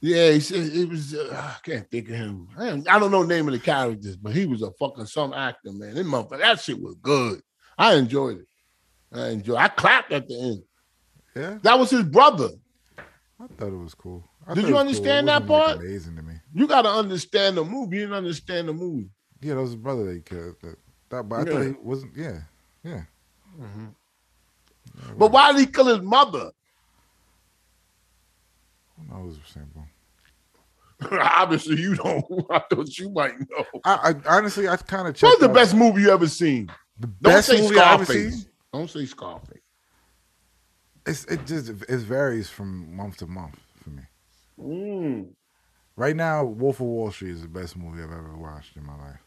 yeah, he said it was. Uh, I can't think of him. I don't, I don't know the name of the characters, but he was a fucking some actor, man. That motherfucker, that shit was good. I enjoyed it. I enjoyed. I clapped at the end. Yeah. That was his brother. I thought it was cool. I Did thought you it was cool. It understand that wasn't, like, part? Amazing to me. You got to understand the movie. You didn't understand the movie. Yeah, that was his brother that he killed. That, that, but I thought Yeah. he wasn't. Yeah. Mm-hmm. But why did he kill his mother? No, it was simple. Obviously, you don't. I thought you might know. I, I honestly, I kind of checked. What's the out- best movie you ever seen? The Don't best say movie I've ever Scarface. seen? Don't say Scarface. It's, it just it varies from month to month for me. Mm. Right now, Wolf of Wall Street is the best movie I've ever watched in my life.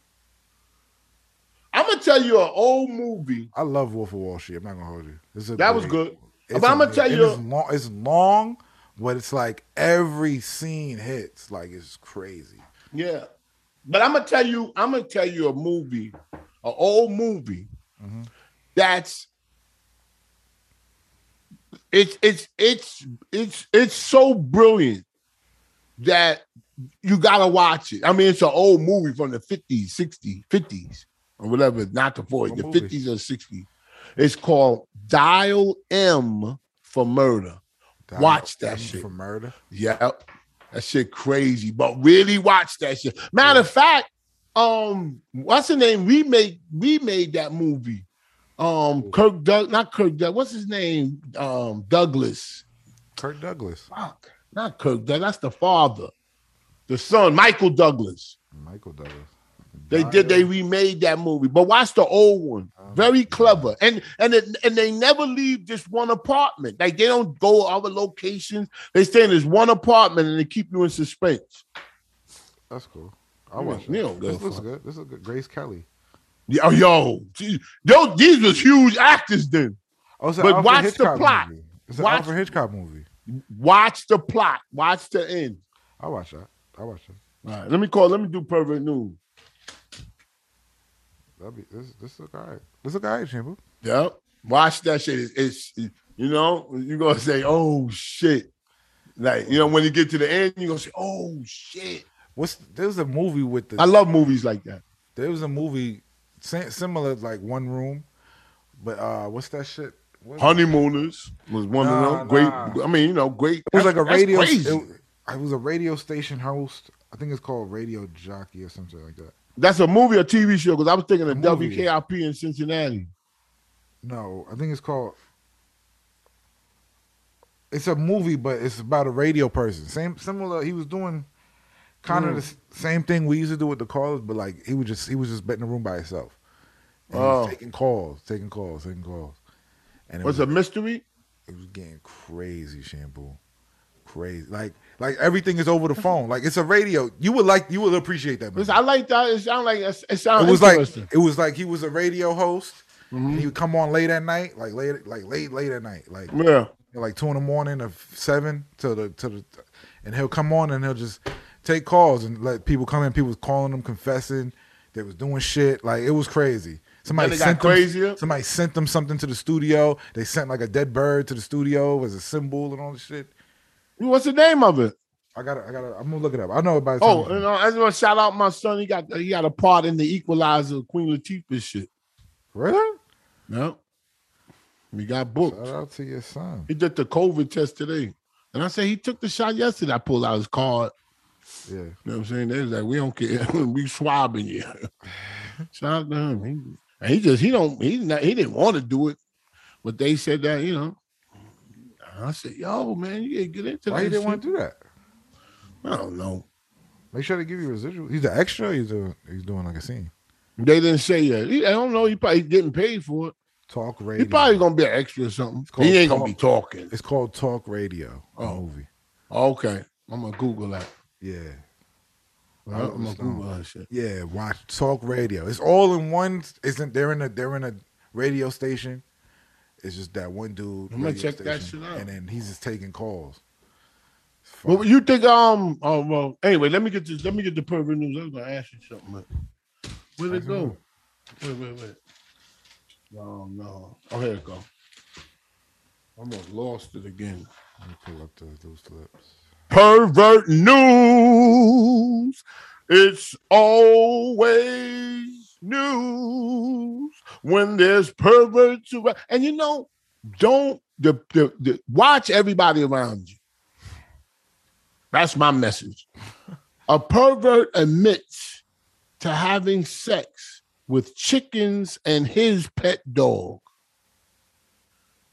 I'm gonna tell you an old movie. I love Wolf of Wall Street. I'm not gonna hold you. It's a That was great- good. it's But I'ma a- tell it you- is long, it's long, but it's like every scene hits. Like it's crazy. Yeah. But I'm gonna tell you, I'm gonna tell you a movie, an old movie Mhm. that's it's it's it's it's it's so brilliant that you gotta watch it. I mean, it's an old movie from the 50s, 60s, 50s, or whatever, not the 40s, What the movie? 50s or 60s. It's called Dial M for Murder. Dial Watch that M shit. for murder. Yep. That shit crazy. But really watch that shit. Matter of fact, um, what's the name? We made we made that movie. Um Kirk Doug not Kirk Doug, what's his name? Um Douglas. Kirk Douglas, Fuck, not Kirk Doug, that's the father. The son, Michael Douglas. Michael Douglas. They did they remade that movie. But watch the old one. Very clever. And and it, and they never leave just one apartment. Like they don't go other locations. They stay in this one apartment and they keep you in suspense. That's cool. I You watched. don't- you don't it. give This a looks fuck. good. This is good. Grace Kelly. Yo, oh, yo, gee, yo, these was huge actors then. Oh, it's an But Alfred watch the Hitchcock plot. Movie. It's an Watch- Alfred Hitchcock movie. Watch the plot. Watch the end. I watched that. I watched that. All right, let me call. Let me do pervert news. That'd be this. This look alright. This look alright, Shampoo. Yep. Watch that shit. It's, it's you know you're gonna say oh shit, like you know when you get to the end you're gonna say oh shit. What's there was a movie with the I love movies like that. there was a movie sa- similar like One Room, but uh, what's that shit? What- Honeymooners was one Nah, of them. Great. nah. I mean you know great. It was like a that's radio. crazy. It, it was a radio station host. I think it's called Radio Jockey or something like that. That's a movie or TV show because I was thinking of A movie. WKIP in Cincinnati. No, I think it's called. It's a movie, but it's about a radio person. Same, similar. He was doing kind Mm. of the s- same thing we used to do with the callers, but like he was just he was just betting the room by himself. And he was Oh. taking calls, taking calls, taking calls. And it Was was, a mystery? it was getting crazy, shampoo, crazy. Like like everything is over the phone. Like it's a radio. You would like you would appreciate that. Listen, movie. I like that. It sounded like it sounded it was like interesting. it was like he was a radio host. And he would come on late at night, like late, like late, late at night, like yeah. like two in the morning of seven to the to the, and he'll come on and he'll just take calls and let people come in. People was calling them, confessing they was doing shit. Like it was crazy. Somebody Then it got sent them, crazier? Somebody sent them something to the studio. They sent like a dead bird to the studio as a symbol and all this shit. What's the name of it? I gotta, I gotta, I'm gonna look it up. I know about. Oh, you know, I just want to shout out my son. He got he got a part in the Equalizer, Queen Latifah shit. really? No, we got Shout booked. out to your son. He did the COVID test today, and I said he took the shot yesterday. I pulled out his card. Yeah, You know what I'm saying? They was like, we don't care. we swabbing you. Shout out to him. He, and he just he don't he not, he didn't want to do it, but they said that you know. I said, yo, man, you gotta get into why that. he didn't shit. want to do that? I don't know. Make sure they give you residual. He's an extra. or He's doing, he's doing like a scene. They didn't say yet. He- I don't know. He probably getting paid for it. Talk He radio. probably gonna be an extra or something. called He ain't gonna talk. be talking. It's called Talk Radio. a Oh. movie. Okay, I'm gonna Google that. Yeah, I'm gonna understand. Google that shit. yeah. Watch Talk Radio. It's all in one. Isn't they're in a they're in a radio station. It's just that one dude. I'm gonna radio check that shit out. And then he's just taking calls. Well, you think um oh well anyway let me get this let me get the pervert news. I was gonna ask you something. man. Where'd it go? Wait, wait, wait. No, no. Oh here it go. I almost lost it again. Let me pull up those loose lips. Pervert news. It's always news when there's perverts around. And you know, don't the, the, the watch everybody around you. That's my message. A pervert admits to having sex with chickens and his pet dog.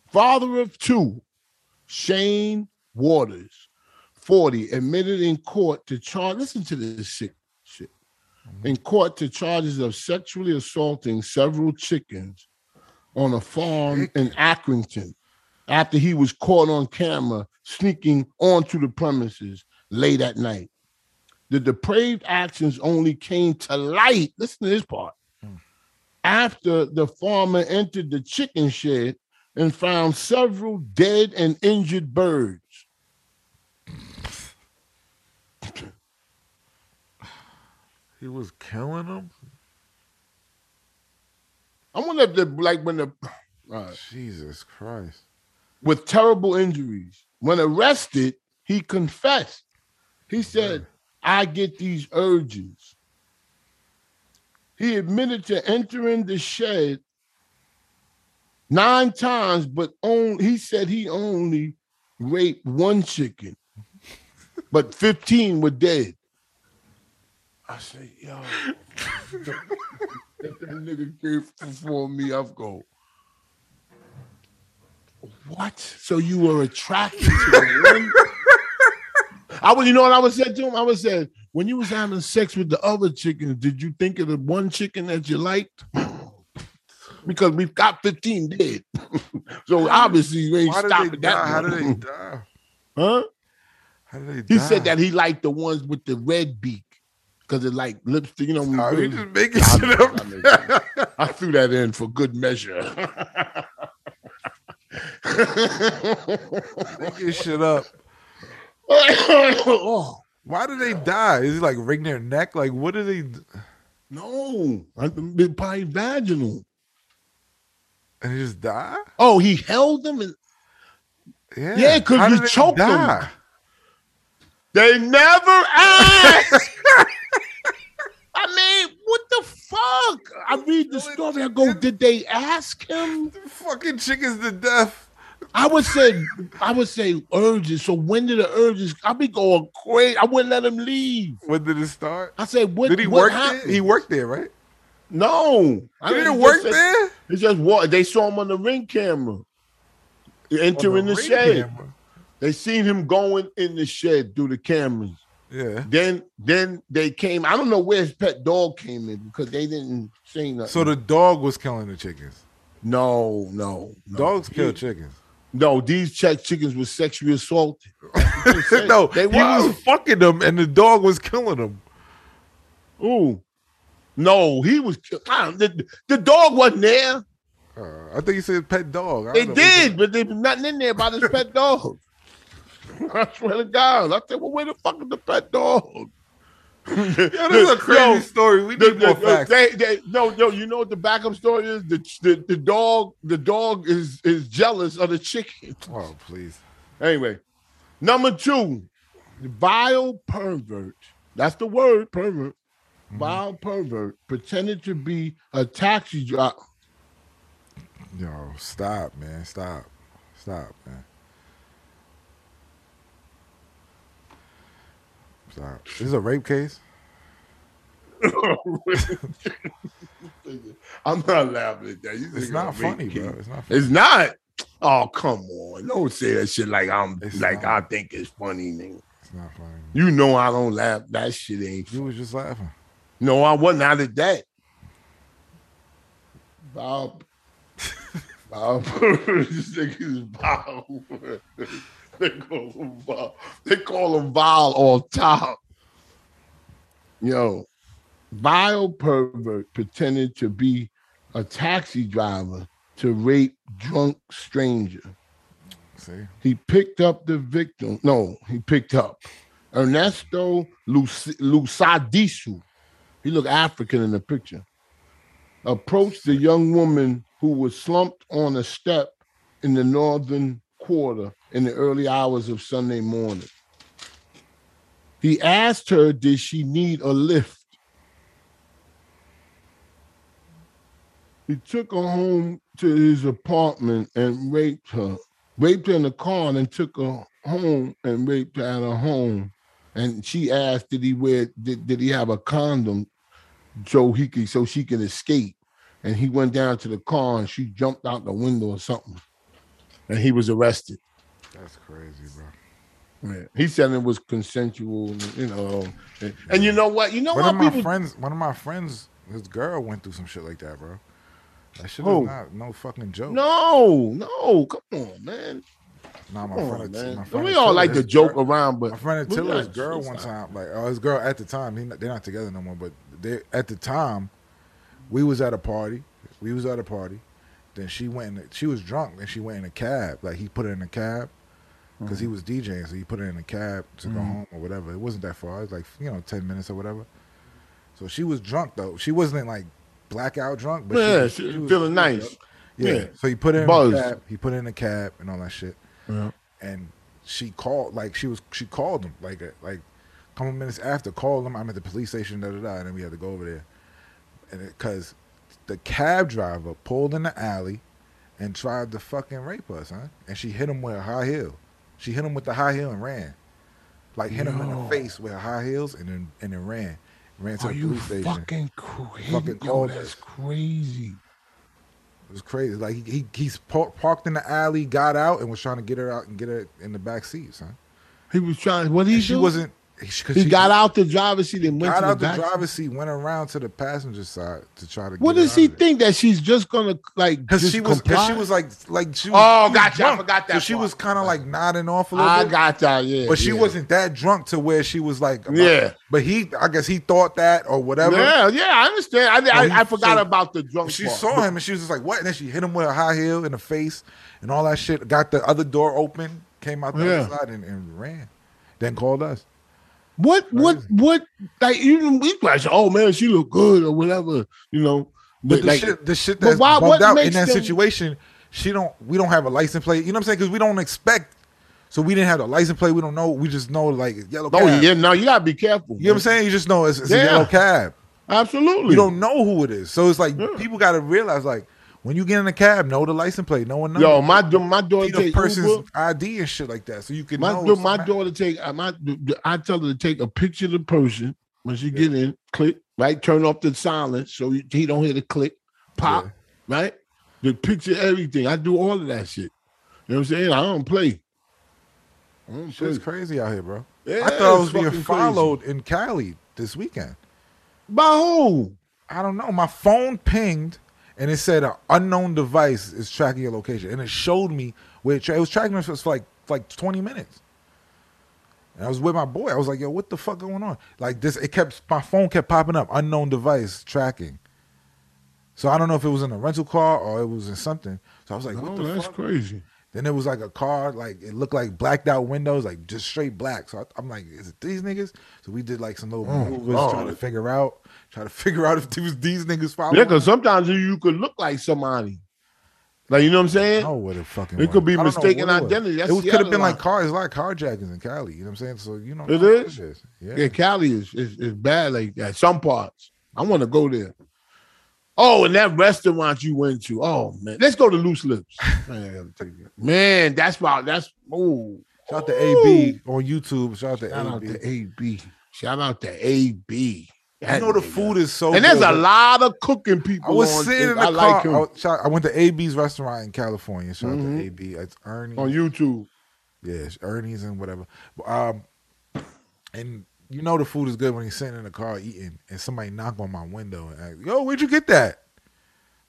Father of two, Shane Waters, 40, admitted in court to charge. Listen to this shit. shit. In court to charges of sexually assaulting several chickens on a farm in Accrington after he was caught on camera sneaking onto the premises late at night. The depraved actions only came to light. Listen to this part. After the farmer entered the chicken shed and found several dead and injured birds. He was killing them. I wonder if the like when the all right. Jesus Christ. with terrible injuries. When arrested, he confessed. He said, I get these urges. He admitted to entering the shed nine times, but on, he said he only raped one chicken, but 15 were dead. I said, yo, if that nigga came for me, I'm going. What? So you were attracted to the one? I would, you know what I would say to him? I would say, when you was having sex with the other chickens, did you think of the one chicken that you liked? because we've got 15 dead. so obviously you ain't Why did they stopping that. die? How did one. they die? huh? How did they He die? said that he liked the ones with the red beak. Because it like lipstick, you know. when Oh, we he really- just making I shit know, I know. up. I threw that in for good measure. making shit up. oh, Why did they die? Is it like wring their neck? Like what did they? d- no, I- it probably vaginal. And they just die? Oh, he held them and Yeah. Yeah, 'cause How you did they choked 'em. die? they never asked. I mean, what the fuck? I read the story. I go, did they ask him? The fucking chickens to death. I would say, I would say urges. So when did the urges? I'd be going crazy. I wouldn't let him leave. When did it start? I said, what? Did he what work happened? there? He worked there, right? No, I He didn't he work just said- there. He just walked. They saw him on the ring camera entering On the, ring shed. camera. They seen him going in the shed through the cameras. Yeah. Then then they came. I don't know where his pet dog came in because they didn't say nothing. So the dog was killing the chickens. no, no, no. Dogs kill chickens. No, these check chickens were sexually assaulted. They said- no, they he was was. fucking them, and the dog was killing them. Ooh. No, he was. ki- I don't- The, the dog wasn't there. Uh, I think he said pet dog. I They don't know if did, but there was nothing in there about his pet dog. I swear to God. I said, well, where the fuck is the pet dog? it- Yo, this is a crazy Yo, story. We The- need more the- facts. They, they, no, no, you know what the backup story is? The, the the dog the dog is is jealous of the chicken. oh, please. Anyway, number two, vile pervert. That's the word, pervert. Mm-hmm. Vile pervert pretended to be a taxi driver. Yo, stop, man. Stop. Stop, man. Stop. This is a rape case? I'm not laughing at that. You It's niggas are not funny, making- bro. It's not funny. It's not. Oh come on! Don't say that shit like I'm It's like not. I think it's funny, nigga. It's not funny. man. You know I don't laugh. That shit ain't You was just laughing. No, I wasn't out of that. Bob. Bob. this nigga is Bob. they call him Bob. They call him Vile on top. Yo, vile pervert pretended to be a taxi driver to rape drunk stranger. See, He picked up the victim. No, he picked up Ernesto Luc- Lusadisu. He looked African in the picture. Approached the young woman who was slumped on a step in the northern quarter in the early hours of Sunday morning. He asked her, Did she need a lift? He took her home to his apartment and raped her raped her in the car and then took her home and raped her at her home. And she asked, did he wear did, did he have a condom so he could so she could escape? And he went down to the car and she jumped out the window or something. And he was arrested. that's crazy, bro. Yeah. He said it was consensual, you know. And, and you know what? You know One of what my people friends, one of my friends, his girl went through some shit like that, bro. That shit Who? is not no fucking joke. No, no, come on, man. nah, my Come friend, on, my man. friend We all Attila, like to his joke girl- around, but My friend we Attila's got- girl one time, like oh, his girl at the time, he, they're not together no more, but they at the time, we was at a party, we was at a party, then she went, in, she was drunk and she went in a cab, like he put her in a cab, because Mm-hmm. he was DJing, so he put her in a cab to go home or whatever. It wasn't that far, it was like you know ten minutes or whatever. So she was drunk though, she wasn't like blackout drunk, but Yeah, she, she, was- she was feeling nice. yeah. Yeah. So he put it in Buzzed. a cab. He put it in a cab and all that shit. Yeah. And she called like she was she called him like a, like a couple minutes after called him. I'm at the police station. Da da da. And then we had to go over there. And because the cab driver pulled in the alley and tried to fucking rape us, huh? And she hit him with a high heel. She hit him with the high heel and ran. Like hit him in Yo. the face with her high heels and then and then ran. Ran to Are the you police station. fucking crazy? Fucking Yo, cold that's ass. crazy. It was crazy. Like he, he he's par- parked in the alley, got out, and was trying to get her out and get her in the back seat, son. He was trying. What And he she do? wasn't. He, 'cause He she- got out the driver's seat and went got to the out the, back. driver's seat, went around to the passenger side to try to. what get does he think that she's just gonna like? Because just she was, cause comply? she was like, like she. Was, Oh, she was gotcha. I drunk. forgot that So she part. was kind of like nodding off a little I bit, got that. Yeah, but she yeah. wasn't that drunk to where she was like, about- Yeah. But he, I guess he thought that or whatever. Yeah, yeah, I understand. I, Oh, he- I, I forgot so- about the drunk. She part. saw him and she was just like, "What?" And then she hit him with a high heel in the face and all that shit. Got the other door open, came out the Yeah. other side and, and ran. Then called us. What? What? What? Like you, we question. Oh man, she looked good or whatever. You know, But the like, shit, the shit but that's why- what bugged out in makes that them- situation, she don't. We don't have a license plate. You know what I'm saying? Because we don't expect. So we didn't have the license plate. We don't know. We just know like yellow cab. Oh yeah, no, you gotta be careful. You know what I'm saying? You just know it's, it's Yeah. a yellow cab. Absolutely. You don't know who it is. So it's like Yeah. people got to realize like when you get in a cab, know the license plate. No one knows. Yo, my da- my daughter See the take person's Uber. ID and shit like that, so you can My know. da- if my somebody- daughter take uh, my I tell her to take a picture of the person when she get in. Click right, turn off the silence so you- he don't hear the click pop. Yeah. Right, the picture everything. I do all of that shit. You know what I'm saying? I don't play. I don't Shit's play. crazy out here, bro. Yeah, I thought I was it's being fucking crazy. followed in Cali this weekend. by who? I don't know. My phone pinged and it said an unknown device is tracking your location, and it showed me where it, tra- it was tracking us for like for like twenty minutes. And I was with my boy. I was like, "Yo, what the fuck going on?" Like this, it kept my phone kept popping up, unknown device tracking. So I don't know if it was in a rental car or it was in something. So I was like, "What Oh, the that's fuck?" crazy. Then it was like a car, like it looked like blacked out windows, like just straight black. So I, am like, is it these niggas? So we did like some little Mm. maneuvers, trying to God. figure out, trying to figure out if it was these niggas following. Yeah, because sometimes you- you could look like somebody. Like you know what I'm I saying? don't know what it fucking. It could be was. I don't know mistaken what it was. identity. That's it was, the could have other been line. like car. It's like carjackings in Cali. You know what I'm saying? So you know, It what it is? is. Yeah. Yeah, Cali is, is, is bad like that. Some parts. I want to go there. Oh, and that restaurant you went to. Oh man, let's go to Loose Lips. Man, I gotta take that. Man, that's why. That's oh. Shout out to AB on YouTube. Shout out to Shout out AB. to AB. Shout out to AB. you That know the nigga. food is so. and there's good, a bro. lot of cooking people. I was on this. sitting in the I car. like him I, was- shout- I went to AB's restaurant in California. Shout out Mhm. to AB. It's Ernie. on YouTube. Yeah, it's Ernie's and whatever. But, Um, and you know the food is good when he's sitting in the car eating, and somebody knock on my window and ask, "Yo, where'd you get that?"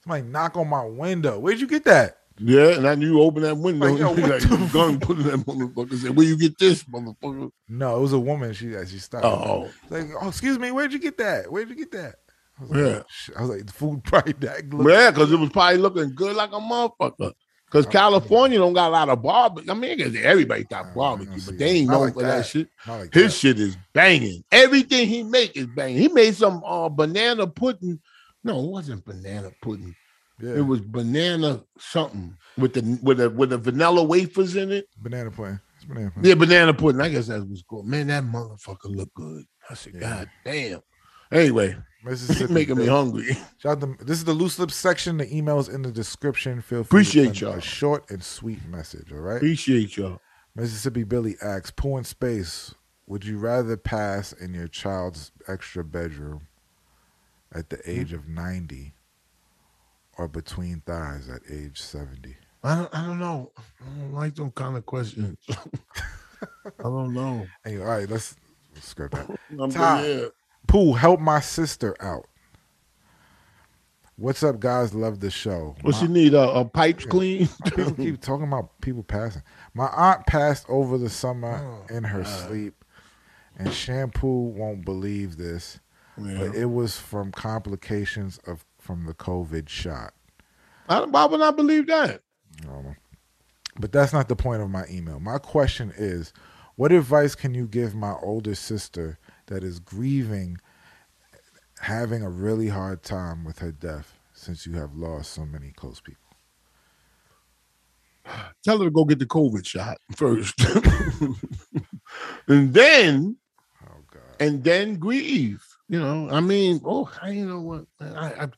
Somebody knock on my window. Where'd you get that? Yeah, and then you open that window, Like, yo, and you what like the gun put in that motherfucker. Say, where you get this motherfucker? No, it was a woman. She uh, she stopped. Oh, Like, oh, excuse me, where'd you get that? Where'd you get that? I was Yeah. like, "Shit." I was like, the food probably that good. yeah, because it was probably looking good like a motherfucker. Because California don't got a lot of barbecue. I mean, 'cause everybody got barbecue, but they ain't I known like for that. that. shit. Not like His shit is banging. Everything he make is banging. He made some uh, banana pudding. No, it wasn't banana pudding. that. Yeah. It was banana something with the with the with the vanilla wafers in it. banana pudding. It's banana pudding. Yeah, banana pudding. I guess that's what's called. Man, that motherfucker look good. I said, Yeah. God damn. Anyway, Mississippi. making me bitch. hungry. Shout out to, this is the loose lips section. The emails in the description. Feel free Appreciate to send y'all. a short and sweet message. All right. Appreciate y'all. Mississippi Billy asks, "Pool in space. Would you rather pass in your child's extra bedroom at the age of ninety, or between thighs at age seventy? I don't, I don't know. I don't like those kind of questions. I don't know. Anyway, all right, let's, let's scrap that. I'm Ty. Um, yeah. Pooh, help my sister out. What's up, guys? Love the show. What My- you need? uh, A, a pipes clean? people keep talking about people passing. My aunt passed over the summer in her sleep, and shampoo won't believe this, Yeah. but it was from complications of from the COVID shot. I, why would I believe that? Um, But that's not the point of my email. My question is, what advice can you give my older sister that is grieving, having a really hard time with her death, since you have lost so many close people? Tell her to go get the COVID shot first, and then Oh God, and then grieve. You know, I mean, oh, I, you know what? man, I, I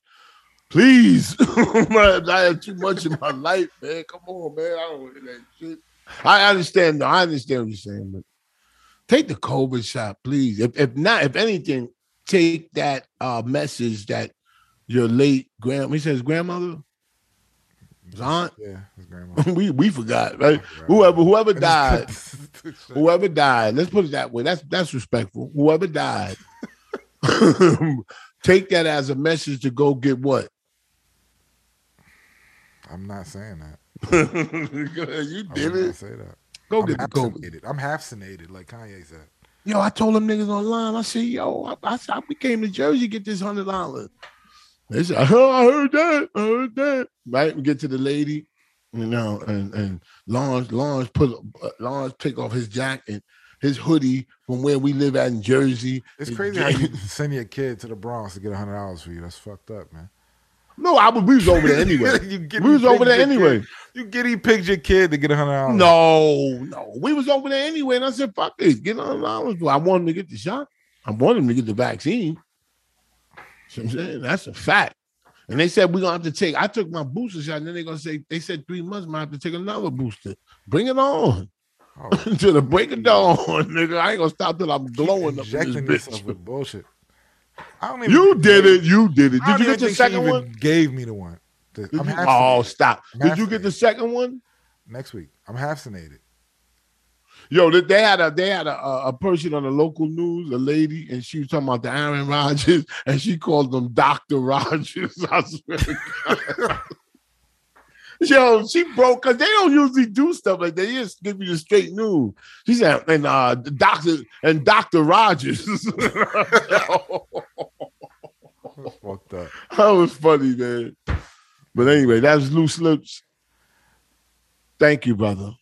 please, man, I had too much in my life, man. Come on, man. I don't hear that shit. I understand, though. I understand what you're saying, but take the COVID shot, please. If if not, if anything, take that uh message that your late grand he says grandmother, his aunt. yeah, his grandma. we we forgot, right? Whoever whoever died, whoever died, let's put it that way. That's that's respectful. Whoever died, take that as a message to go get what. I'm not saying that. you I did would not it. say that. Go I'm get the COVID. vaccinated. I'm vaccinated, like Kanye said. Yo, I told them niggas online. I said, yo, I, I, said, we came to Jersey to get this hundred dollars. They said, oh, I heard that, I heard that. Right, we get to the lady, you know, and and Lawrence, Lawrence put Lawrence take off his jacket, his hoodie from where we live at in Jersey. It's And crazy how you send your kid to the Bronx to get hundred dollars for you. That's fucked up, man. No, I was, we was over there anyway. you get, We was over there anyway. You giddy picked your kid to get hundred dollars. No, no, we was over there anyway, and I said, "Fuck this, get on dollars." I want him to get the shot. I want him to get the vaccine. So I'm saying that's a fact. And they said we're gonna have to take. I took my booster shot, and then they're gonna say they said three months. Might have to take another booster. Bring it on Oh, to the break of dawn, nigga. I ain't gonna stop till I'm glowing up in injecting this yourself bitch. with bullshit. I don't even. You did it. You did it. Did I don't you even get the think she second even one? Gave me the one. The- Did I'm you- vaccinated. oh, stop. Did you get Vaccinated. the second one? next week. I'm vaccinated. Yo, they- they had a they had a, a a person on the local news, a lady, and she was talking about the Aaron Rodgers, and she called them Doctor Rodgers. I swear. to God. Yo, she broke because they don't usually do stuff like that. They just give you the straight news. She said, and uh, the doctor and Doctor Rogers. That's fucked up. That was funny, man. But anyway, that was loose lips. Thank you, brother.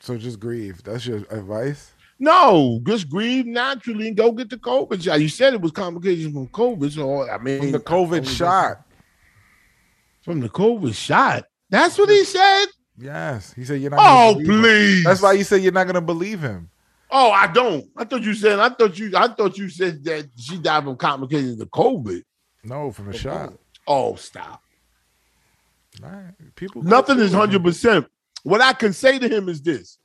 So just grieve. That's your advice. No, just grieve naturally and go get the COVID shot. You said it was complications from COVID, so I mean From the COVID shot. From the COVID shot. That's what he said. Yes, he said you're not. gonna Oh believe him. please. That's why you said you're not gonna believe him. Oh, I don't. I thought you said. I thought you. I thought you said that she died from complications of COVID. No, from a shot. Oh, stop. All right. People. Nothing is hundred percent. What I can say to him is this: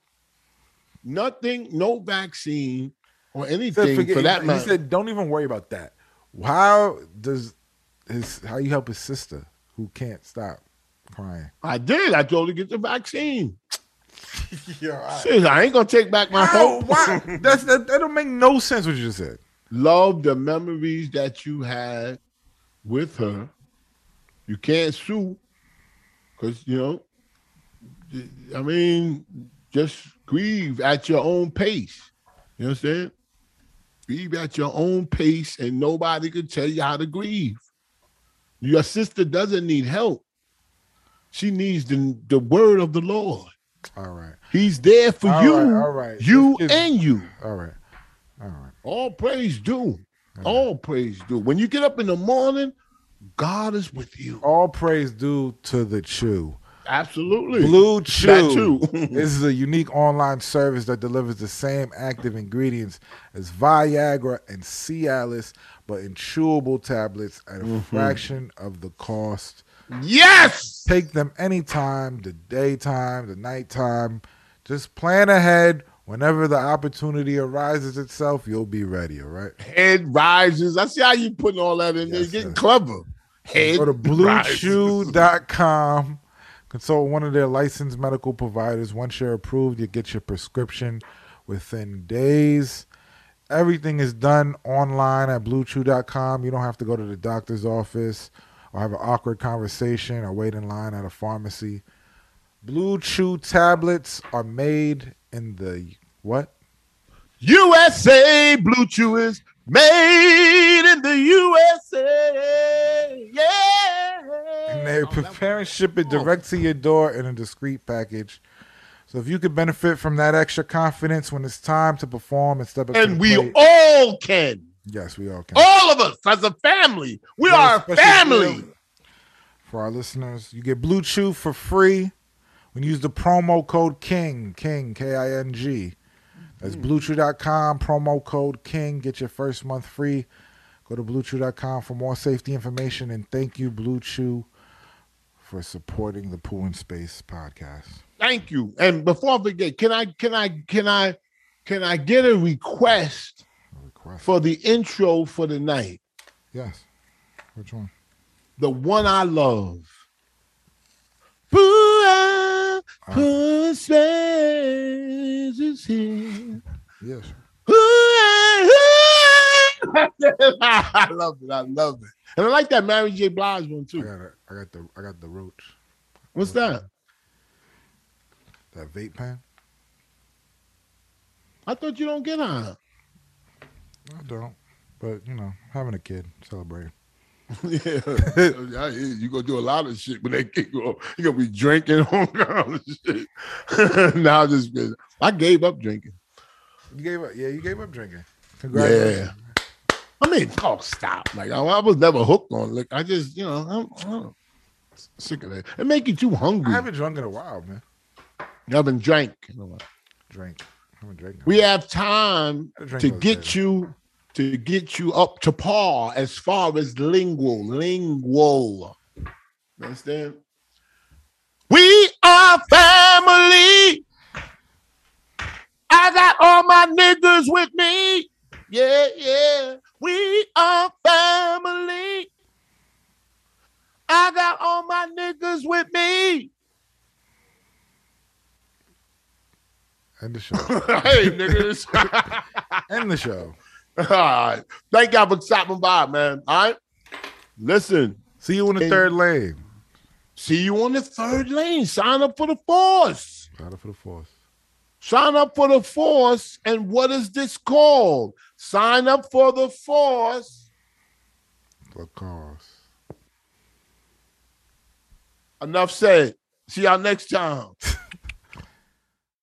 nothing, no vaccine or He said, anything forget, for that he, matter. said, "Don't even worry about that." How does his how you help his sister who can't stop crying? I did. I told her to get the vaccine. Yo, I, Shit, I ain't gonna take back my how? hope. Why? That's that, that don't make no sense what you just said. love the memories that you had with her. You can't sue because, you know, I mean, just grieve at your own pace. You know what I'm saying? Grieve at your own pace, and nobody can tell you how to grieve. Your sister doesn't need help. She needs the, the word of the Lord. All right. He's there for All you, right, all right. you Excuse me. and you. All right. All right. All praise due. All praise due. When you get up in the morning, God is with you. All praise due to the Chew. Absolutely. Blue That Chew too. is a unique online service that delivers the same active ingredients as Viagra and Cialis, but in chewable tablets at a Mm-hmm. fraction of the cost. Yes. Take them anytime, the daytime, the nighttime. Just plan ahead. Whenever the opportunity arises itself, you'll be ready, all right? Head rises. I see how you putting all that in there. Yes, You're getting sir. clever. Head Go to rises. bluechew.com. Consult one of their licensed medical providers. Once you're approved, you get your prescription within days. Everything is done online at bluechew.com. You don't have to go to the doctor's office or have an awkward conversation or wait in line at a pharmacy. Blue Chew tablets are made in the what? USA Blue Chew is made in the USA. Yeah. And they're preparing to ship it direct to your door in a discreet package. So if you could benefit from that extra confidence when it's time to perform and step up to And the we plate, all can. yes, we all can. All of us as a family. We Got a are a special family. deal For our listeners, you get Blue Chew for free when you use the promo code KING, KING, K I N G. That's Hmm. bluechew.com, promo code KING. Get your first month free. Go to bluechew.com for more safety information. And thank you, Blue Chew, for supporting the Pool and Space podcast. Thank you. And before I forget, can I can I can I can I get a request Request. for the intro for the night? Yes. Which one? The one I love. Pooh Pooh Space is here. Yes. Pooh-ah, pooh-ah. I love it. I love it. And I like that Mary J. Blige one I too. got it. I got the I got the roach. What's that? That vape pen? I thought you don't get on. I don't. But you know, having a kid, celebrating. Yeah, I hear you. you gonna do a lot of shit when that kid grow up. You gonna be drinking on ground and shit. now I just I gave up drinking. You gave up yeah, you gave up drinking. Yeah. I mean, oh stop! Like I, I was never hooked on liquor. I just you know I'm, I'm sick of that. It make you too I hungry. haven't drunk in a while, man. You haven't drank. Drink. I haven't drank. in a We have time I drank to those get days. you to get you up to par as far as lingual, lingual. You Understand? We are family. I got all my niggas with me. Yeah, yeah. We are family. I got all my niggas with me. while. End the show. hey, niggas. End the show. All right. Thank y'all for stopping by, man. All right. Listen, See you in the Hey. third lane. see you on the third lane. Sign up for the force. Shout out for the fourth. Sign up for the force. And what is this called? Sign up for the force. Club cars. Enough said. See y'all next time.